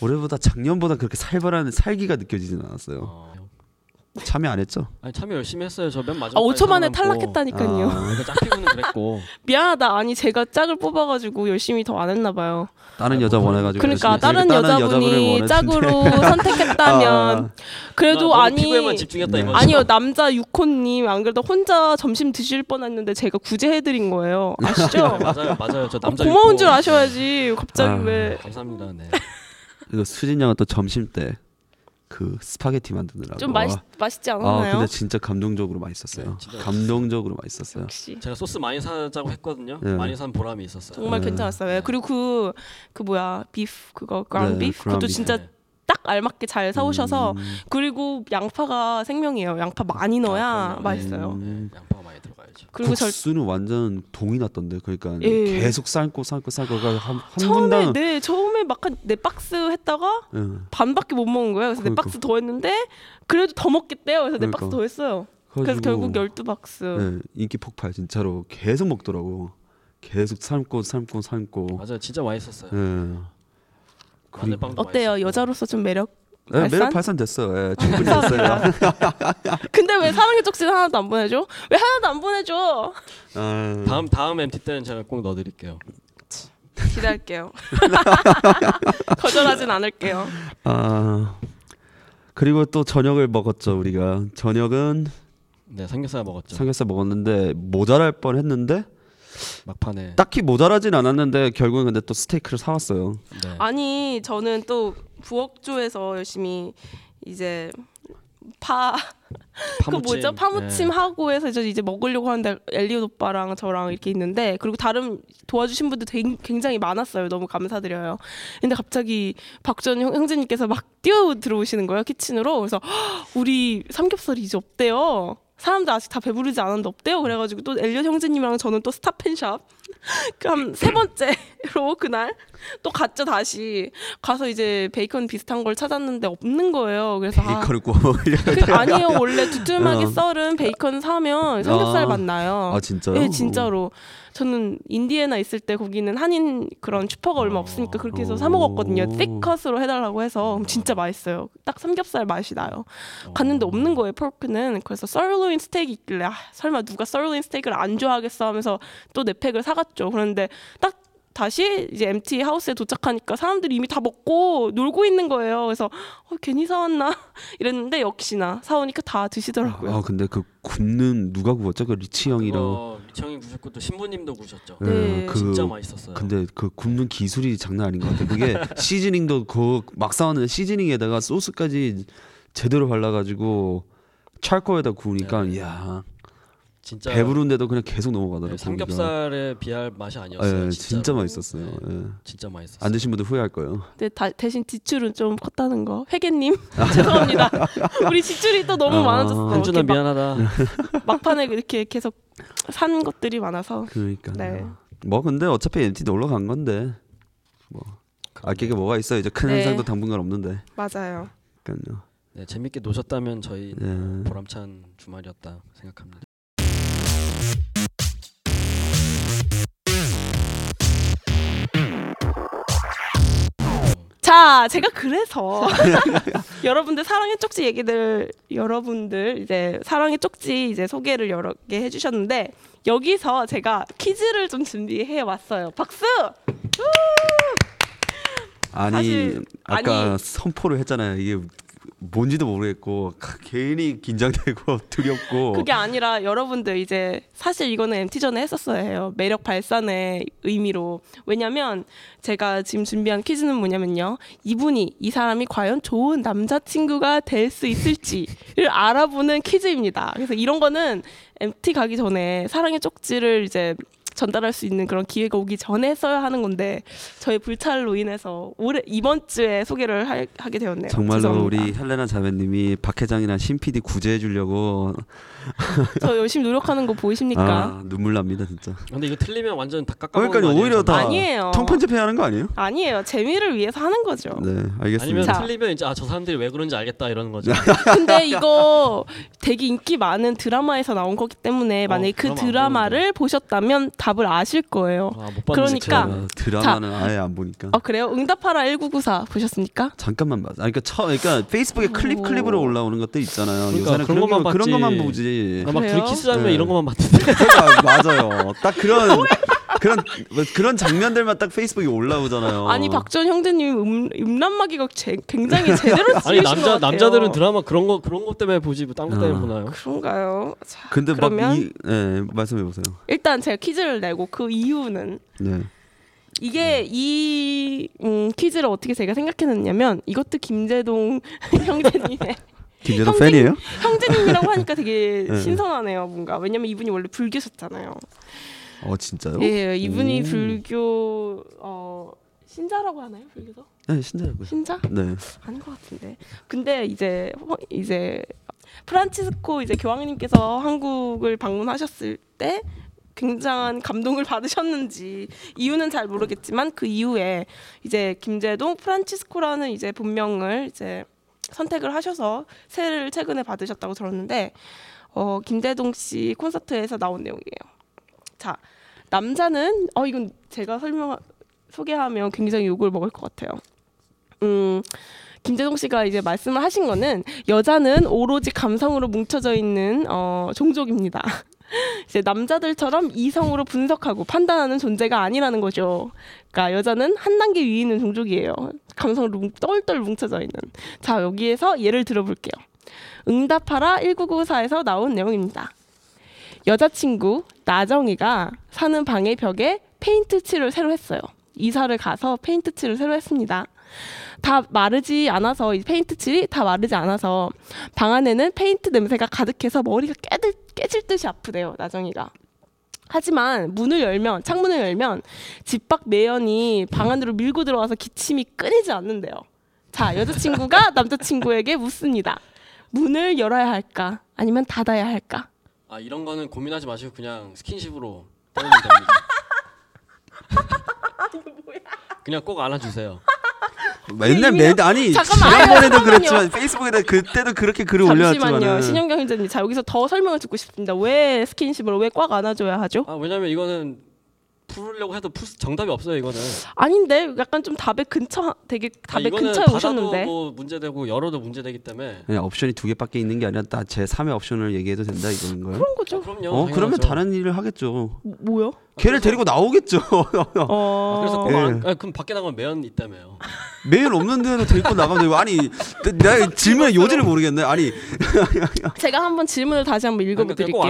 Speaker 3: 올해보다 작년보다 그렇게 살벌한 살기가 느껴지진 않았어요.
Speaker 2: 어.
Speaker 3: 참여 안 했죠?
Speaker 2: 아니 참여 열심히 했어요. 저 맨 마지막. 뭐
Speaker 1: 아 5초 만에 탈락했다니까요.
Speaker 3: 아,
Speaker 2: 그러니까 짝피부는 그랬고
Speaker 1: 미안하다. 아니 제가 짝을 뽑아가지고 열심히 더 안 했나 봐요.
Speaker 3: 다른
Speaker 2: 아,
Speaker 3: 여자
Speaker 2: 뭐,
Speaker 3: 원해가지고
Speaker 1: 그러니까
Speaker 3: 열심히
Speaker 1: 다른
Speaker 3: 했으니까 다른
Speaker 1: 여자분이
Speaker 3: 네, 여자분을
Speaker 1: 짝으로
Speaker 3: 원했는데. 아.
Speaker 1: 선택했다면 그래도
Speaker 2: 나 너무
Speaker 1: 아니
Speaker 2: 피부에만 집중했다
Speaker 3: 네.
Speaker 2: 이거.
Speaker 1: 아니요 남자 유코님 안 그래도 혼자 점심 드실 뻔했는데 제가 구제해드린 거예요 아시죠?
Speaker 2: 맞아요, 맞아요. 저 남자.
Speaker 1: 고마운
Speaker 2: 유포.
Speaker 1: 줄 아셔야지 갑자기
Speaker 3: 아.
Speaker 1: 왜
Speaker 2: 감사합니다. 네.
Speaker 3: 이거 수진 양은 또 점심 때 그 스파게티 만드느라고
Speaker 1: 좀 맛있, 맛있지
Speaker 3: 아
Speaker 1: 않았나요?
Speaker 3: 근데 진짜 감동적으로 맛있었어요.
Speaker 2: 네, 진짜
Speaker 3: 감동적으로 맛있었어요.
Speaker 1: 역시
Speaker 2: 제가 소스 많이 사자고 했거든요.
Speaker 3: 네.
Speaker 2: 많이 산 보람이 있었어요.
Speaker 1: 정말
Speaker 3: 음.
Speaker 1: 괜찮았어요 예, 그리고 그, 그 뭐야 비프 그거 그라운
Speaker 3: 네,
Speaker 1: 비프 그것도
Speaker 3: ground beef.
Speaker 1: 진짜
Speaker 2: 네.
Speaker 1: 딱 알맞게 잘 사오셔서
Speaker 3: 음.
Speaker 1: 그리고 양파가 생명이에요 양파 많이 넣어야
Speaker 2: 그럼요.
Speaker 1: 맛있어요
Speaker 2: 네, 양파가 많이 들어가야죠.
Speaker 1: 그리고 절
Speaker 3: 음. 국수는 완전 동이 났던데 그러니까
Speaker 1: 예.
Speaker 3: 계속 삶고 삶고 삶고 그러니까 한, 한
Speaker 1: 처음에
Speaker 3: 분당
Speaker 1: 네 처음에 막한네 박스 했다가
Speaker 3: 예.
Speaker 1: 반밖에 못 먹은 거예요. 그래서 네
Speaker 3: 그러니까.
Speaker 1: 박스 더 했는데 그래도 더 먹겠대요. 그래서 네
Speaker 3: 그러니까.
Speaker 1: 박스 더 했어요. 그래서
Speaker 3: 그래가지고,
Speaker 1: 결국 열두 박스.
Speaker 3: 예, 인기 폭발 진짜로 계속 먹더라고 계속 삶고 삶고 삶고
Speaker 2: 맞아요, 진짜 맛있었어요.
Speaker 3: 예. 그
Speaker 2: 마늘빵
Speaker 3: 그러니까.
Speaker 1: 어때요? 여자로서 좀 매력
Speaker 3: 예,
Speaker 1: 발산? 아,
Speaker 3: 매력 발산됐어요 예, 충분히 됐어요
Speaker 1: 근데 왜 사랑의 쪽지는 하나도 안 보내줘? 왜 하나도 안 보내줘?
Speaker 3: 아,
Speaker 2: 다음 다음 MT 때는 제가 꼭 넣어드릴게요.
Speaker 1: 기대할게요. 거절하진 않을게요.
Speaker 3: 아, 그리고 또 저녁을 먹었죠 우리가 저녁은
Speaker 1: 그렇죠.
Speaker 2: 네, 삼겹살 먹었죠.
Speaker 3: 삼겹살 먹었는데 모자랄 뻔했는데
Speaker 2: 막판에.
Speaker 3: 딱히 모자라진 않았는데 결국은 근데 또 스테이크를 사왔어요
Speaker 2: 네.
Speaker 1: 아니 저는 또 부엌조에서 열심히 이제 파 그
Speaker 2: 파무침. 예.
Speaker 1: 뭐죠 파무침 하고 해서 저 이제 먹으려고 하는데 엘리오 오빠랑 저랑 이렇게 있는데 그리고 다른 도와주신 분들 되- 굉장히 많았어요 너무 감사드려요 근데 갑자기 박전 형- 형제님께서 막 뛰어 들어오시는 거예요 키친으로 그래서 "헉, 우리 삼겹살이 이제 없대요 사람들 아직 다 배부르지 않았는데 없대요 그래가지고 또 엘리오 형제님이랑 저는 또 스타펜샵 그럼 세 번째로 그날 또 갔죠 다시 가서 이제 베이컨 비슷한 걸 찾았는데 없는 거예요 그래서 아,
Speaker 3: 베이컨을 구워 먹으려고
Speaker 1: 그, 아니에요 원래 두툼하게
Speaker 3: 어.
Speaker 1: 썰은 베이컨 사면 삼겹살
Speaker 3: 아.
Speaker 1: 맛 나요.
Speaker 3: 아 진짜요?
Speaker 1: 예 진짜로 저는 인디애나 있을 때 거기는 한인 그런 슈퍼가 얼마
Speaker 2: 어.
Speaker 1: 없으니까 그렇게 해서
Speaker 3: 아. 오.
Speaker 1: 사 먹었거든요. thick컷으로 해달라고 해서 그럼 진짜 맛있어요. 딱 삼겹살 맛이 나요.
Speaker 3: 어.
Speaker 1: 갔는데 없는 거예요 포크는 그래서 썰로인 스테이크 있길래 아, 설마 누가 썰로인 스테이크를 안 좋아하겠어 하면서 또 네 팩을 사갔죠. 그런데 딱 다시 이제 MT 하우스에 도착하니까 사람들이 이미 다 먹고 놀고 있는 거예요. 그래서 어, 괜히 사왔나 이랬는데 역시나 사오니까 다 드시더라고요.
Speaker 3: 아 근데 그 굽는 누가 구웠죠? 그
Speaker 2: 아,
Speaker 3: 리치 형이랑
Speaker 2: 이런. 미청이 어, 구셨고 또 신부님도 구셨죠.
Speaker 1: 네,
Speaker 3: 그
Speaker 2: 진짜 맛있었어요.
Speaker 3: 근데 그 굽는 기술이 장난 아닌 것 같아. 그게 시즈닝도 그막 싸우는 시즈닝에다가 소스까지 제대로 발라가지고 찰코에다 구우니까
Speaker 2: 네.
Speaker 3: 이야
Speaker 2: 진짜
Speaker 3: 배부른데도 그냥 계속
Speaker 2: 네,
Speaker 3: 넘어가더라고.
Speaker 2: 삼겹살에 비할 맛이 아니었어요. 진짜로.
Speaker 3: 예,
Speaker 2: 네.
Speaker 3: 진짜 맛있었어요. 예.
Speaker 2: 진짜 맛있었어요.
Speaker 3: 안 드신 분들 후회할 거예요.
Speaker 1: 근데 다- 대신 지출은 좀 컸다는 거. 회계님 죄송합니다. 우리 지출이 또 너무
Speaker 3: 아,
Speaker 1: 많아졌어.
Speaker 2: 한준아
Speaker 1: 이렇게 막,
Speaker 3: 네.
Speaker 2: 미안하다.
Speaker 1: 막판에 이렇게 계속 산 것들이 많아서
Speaker 3: 그러니까.
Speaker 1: 네.
Speaker 3: 뭐 근데 어차피 MT 놀러 간 건데 뭐 아끼게 뭐가 있어 이제 큰
Speaker 1: 네.
Speaker 3: 현상도 당분간 없는데.
Speaker 1: 맞아요.
Speaker 3: 그러니까요.
Speaker 2: 네, 재밌게 노셨다면 저희
Speaker 3: 예.
Speaker 2: 보람찬 주말이었다 생각합니다. 어.
Speaker 1: 자, 제가 그래서 여러분들 사랑의 쪽지 얘기들 여러분들 이제 사랑의 쪽지 이제 소개를 여러 개 해주셨는데 여기서 제가 퀴즈를 좀 준비해 왔어요. 박수.
Speaker 3: 아니
Speaker 1: 사실-
Speaker 3: 아까
Speaker 1: 아니-
Speaker 3: 선포를 했잖아요. 이게 뭔지도 모르겠고 괜히 긴장되고 두렵고
Speaker 1: 그게 아니라 여러분들 이제 사실 이거는 MT 전에 했었어야 해요. 매력 발산의 의미로. 왜냐면 제가 지금 준비한 퀴즈는 뭐냐면요. 이분이 이 사람이 과연 좋은 남자친구가 될 수 있을지를 알아보는 퀴즈입니다. 그래서 이런 거는 MT 가기 전에 사랑의 쪽지를 이제 전달할 수 있는 그런 기회가 오기 전에 써야 하는 건데 저의 불찰로 인해서 올해 이번 주에 소개를 하, 하게 되었네요.
Speaker 3: 정말로
Speaker 1: 죄송합니다.
Speaker 3: 우리 헬레나 자매님이 박 회장이랑 신 PD 구제해 주려고
Speaker 1: 저 열심히 노력하는 거 보이십니까?
Speaker 3: 아 눈물 납니다 진짜.
Speaker 2: 근데 이거 틀리면 완전 다 깎아먹는 거
Speaker 3: 그러니까 오히려
Speaker 2: 아니에요?
Speaker 3: 다
Speaker 1: 아니에요.
Speaker 3: 통편집해야 하는 거 아니에요?
Speaker 1: 아니에요. 재미를 위해서 하는 거죠.
Speaker 3: 네
Speaker 2: 아니면
Speaker 3: 알겠습니다. 네.
Speaker 1: 자.
Speaker 2: 틀리면 이제 아 저 사람들이 왜 그런지 알겠다 이러는 거죠.
Speaker 1: 근데 이거 되게 인기 많은 드라마에서 나온 거기 때문에
Speaker 2: 어,
Speaker 1: 만약에 그
Speaker 2: 드라마 안
Speaker 1: 드라마를 보셨다면 답을 아실 거예요.
Speaker 2: 아, 못 봤는데
Speaker 1: 그러니까.
Speaker 2: 제가.
Speaker 3: 어, 드라마는 아예 안 보니까.
Speaker 1: 어 그래요? 응답하라 1994 보셨습니까?
Speaker 3: 잠깐만 봐. 아, 그러니까 처, 그러니까 페이스북에 클립
Speaker 1: 오.
Speaker 3: 클립으로 올라오는 것들 있잖아요.
Speaker 2: 그러니까
Speaker 3: 요새는
Speaker 2: 그런
Speaker 3: 그런 것만
Speaker 2: 것만
Speaker 3: 그런 것만
Speaker 2: 봤지.
Speaker 3: 보지.
Speaker 2: 아, 막
Speaker 1: 그래요?
Speaker 2: 둘이 키스하면
Speaker 3: 네.
Speaker 2: 이런 것만 봤는데
Speaker 3: 그러니까 맞아요. 딱 그런 그런 뭐 그런 장면들만 딱 페이스북에
Speaker 2: 어.
Speaker 3: 올라오잖아요.
Speaker 1: 아니 박전 형제님 음, 음란마귀가 제- 굉장히 제대로
Speaker 2: 아니
Speaker 1: 쓰이신 것
Speaker 2: 남자
Speaker 1: 같아요.
Speaker 2: 남자들은 드라마 그런 거 그런 것 때문에 보지 뭐 딴것 때문에
Speaker 3: 아.
Speaker 2: 보나요?
Speaker 1: 그런가요? 자,
Speaker 3: 근데
Speaker 1: 그러면
Speaker 3: 막이 예, 말씀해 보세요.
Speaker 1: 일단 제가 퀴즈를 내고 그 이유는
Speaker 3: 네.
Speaker 1: 이게
Speaker 2: 네.
Speaker 1: 이 음, 퀴즈를 어떻게 제가 생각해냈냐면 이것도 김재동 형제님의
Speaker 3: 김재동
Speaker 1: 형제님-
Speaker 3: 팬이에요?
Speaker 1: 형제님이라고 하니까 되게
Speaker 3: 네.
Speaker 1: 신선하네요 뭔가 왜냐면 이분이 원래 불교셨잖아요
Speaker 3: 어 음. 진짜요?
Speaker 1: 예 이분이
Speaker 3: 오.
Speaker 1: 불교 어 신자라고 하나요 불교도
Speaker 3: 네, 신자라고요.
Speaker 1: 신자
Speaker 3: 네.
Speaker 1: 아닌 것 같은데 근데 이제 호- 이제 프란치스코 이제 교황님께서 한국을 방문하셨을 때 굉장한 감동을 받으셨는지 이유는 잘 모르겠지만 그 이후에 이제 김제동 프란치스코라는 이제 본명을 이제 선택을 하셔서 세를 최근에 받으셨다고 들었는데 어, 김대동 씨 콘서트에서 나온 내용이에요. 자 남자는 어 이건 제가 설명 소개하면 굉장히 욕을 먹을 것 같아요. 음 김대동 씨가 이제 말씀을 하신 거는 여자는 오로지 감성으로 뭉쳐져 있는 어, 종족입니다. 이제 남자들처럼 이성으로 분석하고 판단하는 존재가 아니라는 거죠. 그러니까 여자는 한 단계 위에 있는 종족이에요. 감성으로 뭉- 똘똘 뭉쳐져 있는. 자 여기에서 예를 들어볼게요. 응답하라 1994에서 나온 내용입니다. 여자친구 나정이가 사는 방의 벽에 페인트 칠을 새로 했어요. 이사를 가서 페인트 칠을 새로 했습니다. 다 마르지 않아서 이 페인트 칠이 다 마르지 않아서 방 안에는 페인트 냄새가 가득해서 머리가 깨들, 깨질 듯이 아프대요. 나정이가. 하지만 문을 열면 창문을 열면 집 밖 매연이 방 안으로 밀고 들어와서 기침이 끊이지 않는데요. 자 여자친구가 남자친구에게 묻습니다. 문을 열어야 할까 아니면 닫아야 할까?
Speaker 2: 아 이런 거는 고민하지 마시고 그냥 스킨십으로 때우면 됩니다. 그냥 꼭 안아주세요.
Speaker 3: 맨날 맨 아니
Speaker 1: 잠깐만,
Speaker 3: 지난번에도
Speaker 1: 잠깐만요.
Speaker 3: 그랬지만 페이스북에다 그때도 그렇게 글을
Speaker 1: 잠시만요,
Speaker 3: 올려왔지만은
Speaker 1: 신영경 기자님. 자 여기서 더 설명을 듣고 싶습니다. 왜 스킨십으로 왜 꽉 안아줘야 하죠?
Speaker 2: 아 왜냐면 이거는 풀려고 해도 풀, 정답이 없어요 이거는.
Speaker 1: 아닌데 약간 좀 답에 근처 되게
Speaker 2: 아,
Speaker 1: 답에
Speaker 2: 이거는
Speaker 1: 근처에
Speaker 2: 닫아도
Speaker 1: 오셨는데.
Speaker 2: 뭐 문제되고 열어도 문제되기 때문에.
Speaker 3: 그냥 네, 옵션이 두 개밖에 있는 게 아니라 딱제 3의 옵션을 얘기해도 된다 이거인 거예요?
Speaker 1: 그런 거죠.
Speaker 2: 그럼요.
Speaker 3: 어 그러면
Speaker 2: 당연하죠.
Speaker 3: 다른 일을 하겠죠.
Speaker 1: 뭐- 뭐요?
Speaker 3: 걔를 데리고 나오겠죠.
Speaker 1: 어.
Speaker 2: 아, 그래서
Speaker 3: 예.
Speaker 2: 꼭 안, 아, 그럼 밖에 나가면 매연 있다며요.
Speaker 3: 매일 없는 데로 데리고 나가면 되고 아니 내가 질문의 요지를 모르겠네. 아니
Speaker 1: 제가 한번 질문을 다시 한번
Speaker 2: 그러니까 꼭
Speaker 1: 뭐 읽어드릴게요.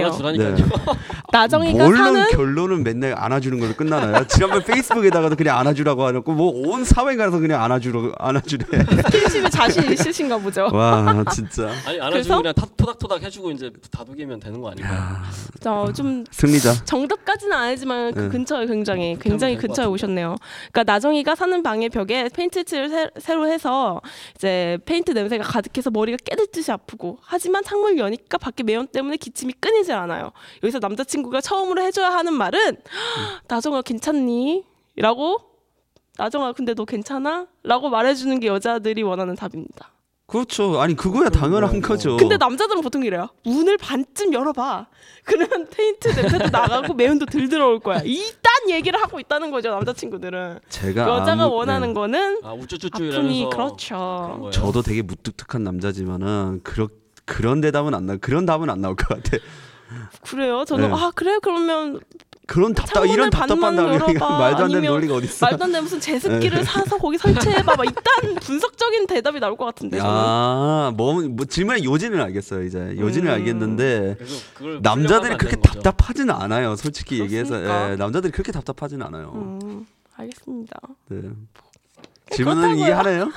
Speaker 2: 안아주라니까요.
Speaker 3: 네.
Speaker 1: 나정이가
Speaker 3: 뭘로
Speaker 1: 사는
Speaker 3: 결론은 맨날 안아주는 걸로 끝나나요? 지난번 페이스북에다가도 그냥 안아주라고 하고 뭐 온 사회 가서 그냥 안아주라 안아주래.
Speaker 1: 스킨십에 자신 있으신가 보죠.
Speaker 3: 와 진짜
Speaker 2: 아니
Speaker 1: 그래서?
Speaker 2: 안아주고 그냥 탁- 토닥토닥 해주고 이제 다독이면 되는 거 아닌가요?
Speaker 1: 어, 좀
Speaker 3: 승리자.
Speaker 2: 아.
Speaker 1: 정답까지는 아니지만 그
Speaker 3: 네.
Speaker 1: 근처에 굉장히 굉장히
Speaker 2: 어, 될것
Speaker 1: 근처에
Speaker 2: 같은데.
Speaker 1: 오셨네요. 그러니까 나정이가 사는 방의 벽에 페인트 칠을 새- 새로 해서 이제 페인트 냄새가 가득해서 머리가 깨듯이 아프고 하지만 창문을 여니까 밖에 매연 때문에 기침이 끊이질 않아요. 여기서 남자친구가 처음으로 해줘야 하는 말은 나정아 괜찮니? 라고 나정아 근데 너 괜찮아? 라고 말해주는 게 여자들이 원하는 답입니다.
Speaker 3: 그렇죠. 아니 그거야 당연한
Speaker 2: 뭐, 뭐.
Speaker 3: 거죠.
Speaker 1: 근데 남자들은 보통 이래요. 문을 반쯤 열어봐. 그러면 페인트 냄새도 나가고 매운도 들 들어올 거야. 이딴 얘기를 하고 있다는 거죠 남자친구들은.
Speaker 3: 제가
Speaker 2: 그러니까
Speaker 1: 여자가
Speaker 3: 아무-
Speaker 1: 원하는
Speaker 3: 네.
Speaker 1: 거는
Speaker 2: 아 우쭈쭈쭈
Speaker 1: 아픔이
Speaker 2: 이러면서 그런
Speaker 1: 그렇죠.
Speaker 2: 거예요.
Speaker 3: 저도 되게 무뚝뚝한 남자지만은 그렇 그런 대답은 안 나. 그런 답은 안 나올 것 같아.
Speaker 1: 그래요. 저는
Speaker 3: 네.
Speaker 1: 아 그래 그러면
Speaker 3: 그런 답답
Speaker 1: 창문을
Speaker 3: 이런 답답한
Speaker 1: 반만
Speaker 3: 다음에
Speaker 1: 열어봐.
Speaker 3: 말도 안 되는
Speaker 1: 아니면
Speaker 3: 논리가 어디 있어?
Speaker 1: 말도 안 되는 무슨
Speaker 2: 네.
Speaker 1: 제습기를 사서 거기 설치해봐. 막 이딴 분석적인 대답이 나올 것 같은데. 저는.
Speaker 3: 아, 뭐, 뭐 질문의 요지는 알겠어요 이제 요지는
Speaker 1: 음.
Speaker 3: 알겠는데
Speaker 2: 그래서 그걸
Speaker 3: 남자들이
Speaker 2: 풀려고 하면 안
Speaker 3: 그렇게
Speaker 2: 되는 거죠.
Speaker 3: 답답하지는 않아요 솔직히 얘기해서
Speaker 1: 그렇습니까?
Speaker 3: 예, 남자들이 그렇게 답답하지는 않아요.
Speaker 1: 음, 알겠습니다.
Speaker 3: 네. 질문은
Speaker 1: 그렇다고요.
Speaker 3: 이게 하나예요?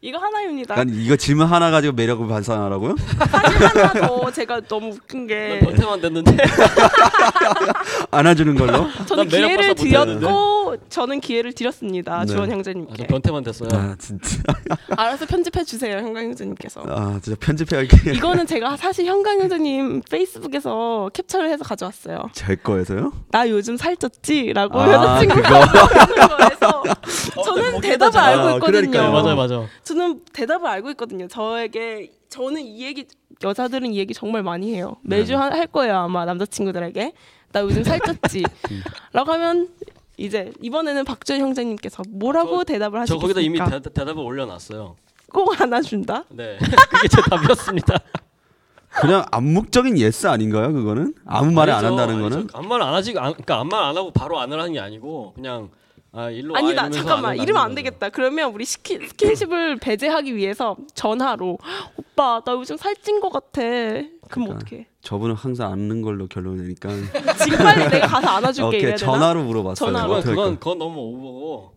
Speaker 1: 이거 하나입니다.
Speaker 3: 난 이거 질문 하나 가지고 매력을 반사하라고요?
Speaker 1: 사진 하나 더 제가 너무 웃긴 게
Speaker 2: 버텨만 네, 됐는데
Speaker 3: 안아주는 걸로?
Speaker 1: 저는
Speaker 2: 난 매력
Speaker 1: 기회를
Speaker 2: 봐서 못하는데.
Speaker 1: 드렸고 저는 기회를 드렸습니다.
Speaker 3: 네.
Speaker 1: 주원
Speaker 2: 아, 저
Speaker 1: 형제님께.
Speaker 2: 변태만
Speaker 1: 네.
Speaker 2: 됐어요.
Speaker 3: 아 진짜
Speaker 1: 알아서 편집해 주세요, 형광 형제님께서.
Speaker 3: 아 진짜 편집해야겠.
Speaker 1: 이거는 제가 사실 형광 형제님 페이스북에서 캡처를 해서 가져왔어요.
Speaker 3: 제 거에서요?
Speaker 1: 나 요즘 살쪘지라고
Speaker 3: 아,
Speaker 1: 여자친구가 하는 거에서
Speaker 2: 어,
Speaker 3: 어,
Speaker 1: 저는 대답을 알고
Speaker 3: 아,
Speaker 1: 있거든요.
Speaker 3: 그러니까요.
Speaker 2: 네, 맞아요, 맞아요.
Speaker 1: 저는 대답을 알고 있거든요. 저에게 저는 이 얘기 여자들은 이 얘기 정말 많이 해요. 매주
Speaker 3: 네.
Speaker 1: 하- 할 거예요 아마 남자친구들에게 나 요즘 살쪘지라고 하면 이제 이번에는 박주현 형제님께서 뭐라고
Speaker 2: 저-
Speaker 1: 대답을
Speaker 2: 저 거기다 이미
Speaker 1: 하시겠습니까?
Speaker 2: 대, 대답을 올려놨어요.
Speaker 1: 꼭 안아준다.
Speaker 2: 네, 그게 제 답이었습니다.
Speaker 3: 그냥 암묵적인 예스 아닌가요? 그거는 아무 말을 안
Speaker 2: 아니죠,
Speaker 3: 한다는
Speaker 2: 아니죠.
Speaker 3: 거는
Speaker 2: 아무 말안 하지, 안, 그러니까 아무 말안 하고 바로 안을 하는 게 아니고 그냥 아 일로 와
Speaker 1: 아니다
Speaker 2: 이러면서 안
Speaker 1: 잠깐만
Speaker 2: 한다는
Speaker 1: 이러면 안
Speaker 2: 거죠.
Speaker 1: 되겠다. 그러면 우리 시키, 스킨십을 배제하기 위해서 전화로 오빠 나 요즘 살찐 것 같아. 그럼
Speaker 3: 그러니까.
Speaker 1: 어떡해?
Speaker 3: 저분은 항상 안는 걸로 결론을 내니까
Speaker 1: 지금 빨리 내가 가서 안아줄게
Speaker 3: 오케이
Speaker 1: 이래야 되나?
Speaker 3: 전화로 물어봤어요.
Speaker 1: 전화로.
Speaker 2: 그건
Speaker 3: 어떻게
Speaker 2: 그건,
Speaker 3: 할까?
Speaker 2: 그건 너무 오버고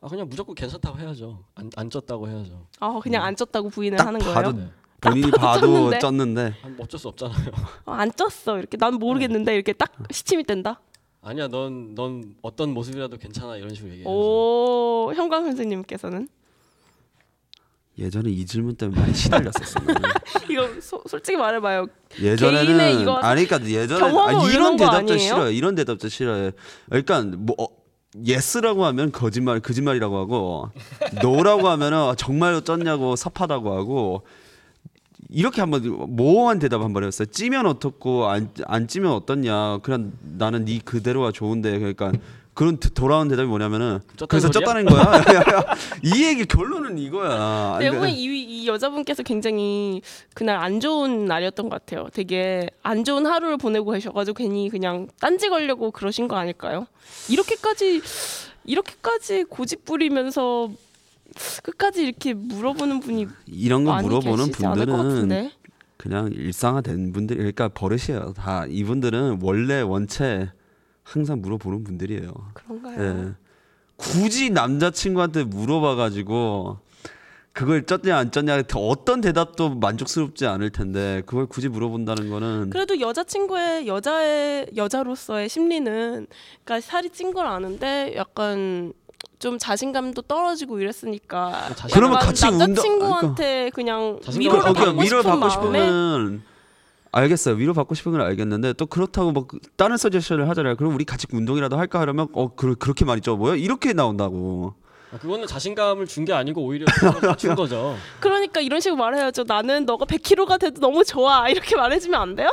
Speaker 2: 아 그냥 무조건 괜찮다고 해야죠. 안, 안 쪘다고 해야죠.
Speaker 1: 아 그냥 안 쪘다고 부인을
Speaker 3: 딱
Speaker 1: 하는
Speaker 3: 봐도
Speaker 1: 거예요?
Speaker 3: 본인이
Speaker 1: 딱 봐도
Speaker 3: 봐도
Speaker 1: 쪘는데.
Speaker 3: 쪘는데
Speaker 2: 아, 뭐 어쩔 수 없잖아요.
Speaker 1: 어, 안 쪘어 이렇게 난 모르겠는데 이렇게 딱 시침이 뗀다.
Speaker 2: 아니야, 넌 넌 어떤 모습이라도 괜찮아 이런 식으로
Speaker 3: 예.
Speaker 2: 얘기해요.
Speaker 1: 오 형광 선생님께서는
Speaker 3: 예전에 이 질문 때문에 많이 시달렸었어. 나는.
Speaker 1: 이거 소, 솔직히 말해봐요. 개인의
Speaker 3: 예전에는
Speaker 1: 이거
Speaker 3: 아니 그러니까 예전에
Speaker 1: 경험을
Speaker 3: 아니,
Speaker 1: 올리는
Speaker 3: 이런
Speaker 1: 거
Speaker 3: 대답도
Speaker 1: 아니에요?
Speaker 3: 싫어요. 이런 대답도 싫어요. 그러니까 뭐 어, 예스라고 하면 거짓말 거짓말이라고 하고 노라고 하면은 아, 정말로 쪘냐고 섭하다고 하고 이렇게 한번 모호한 대답 한 번 했어요. 찌면 어떻고 안, 안 찌면 어떻냐. 그냥 나는 네 그대로가 좋은데 그러니까 그런 드- 돌아온 대답이 뭐냐면은
Speaker 2: 쪘다는
Speaker 3: 그래서
Speaker 2: 소리야?
Speaker 3: 쪘다는 거야. 이 얘기 결론은 이거야. 그러니까
Speaker 1: 근데 이번에 이, 이 여자분께서 굉장히 그날 안 좋은 날이었던 것 같아요. 되게 안 좋은 하루를 보내고 계셔가지고 괜히 그냥 딴지 걸려고 그러신 거 아닐까요? 이렇게까지 이렇게까지 고집 부리면서 끝까지 이렇게 물어보는 분이
Speaker 3: 이런 거
Speaker 1: 많이
Speaker 3: 물어보는
Speaker 1: 계시지 않을 것
Speaker 3: 분들은
Speaker 1: 같은데.
Speaker 3: 그냥 일상화된 분들 그러니까 버릇이에요 다 이분들은 원래 원체 항상 물어보는 분들이에요
Speaker 1: 그런가요?
Speaker 3: 예 굳이 남자친구한테 물어봐가지고 그걸 쪘냐 안 쪘냐 어떤 대답도 만족스럽지 않을 텐데 그걸 굳이 물어본다는
Speaker 2: 음.
Speaker 3: 거는
Speaker 1: 그래도 여자친구의 여자의 여자로서의 심리는 그러니까 살이 찐 걸 아는데 약간 좀 자신감도 떨어지고 이랬으니까
Speaker 2: 자신감-
Speaker 3: 그러면
Speaker 1: 약간
Speaker 3: 같이 운동-
Speaker 1: 남자친구한테 그냥
Speaker 2: 자신감을
Speaker 1: 위로를
Speaker 2: 거기요,
Speaker 1: 받고,
Speaker 3: 그러니까 위로를
Speaker 1: 싶은
Speaker 3: 받고
Speaker 1: 마음에
Speaker 3: 싶으면 알겠어요 위로 받고 싶은 건 알겠는데 또 그렇다고 막 다른 서제션을 하잖아요 그럼 우리 같이 운동이라도 할까 하려면 어 그, 그렇게 많이 쪄 보여 이렇게 나온다고
Speaker 2: 아, 그거는 자신감을 준 게 아니고 오히려 그걸 맞춘 거죠.
Speaker 1: 그러니까 이런 식으로 말해야죠. 나는 너가 100kg가 돼도 너무 좋아 이렇게 말해주면 안 돼요?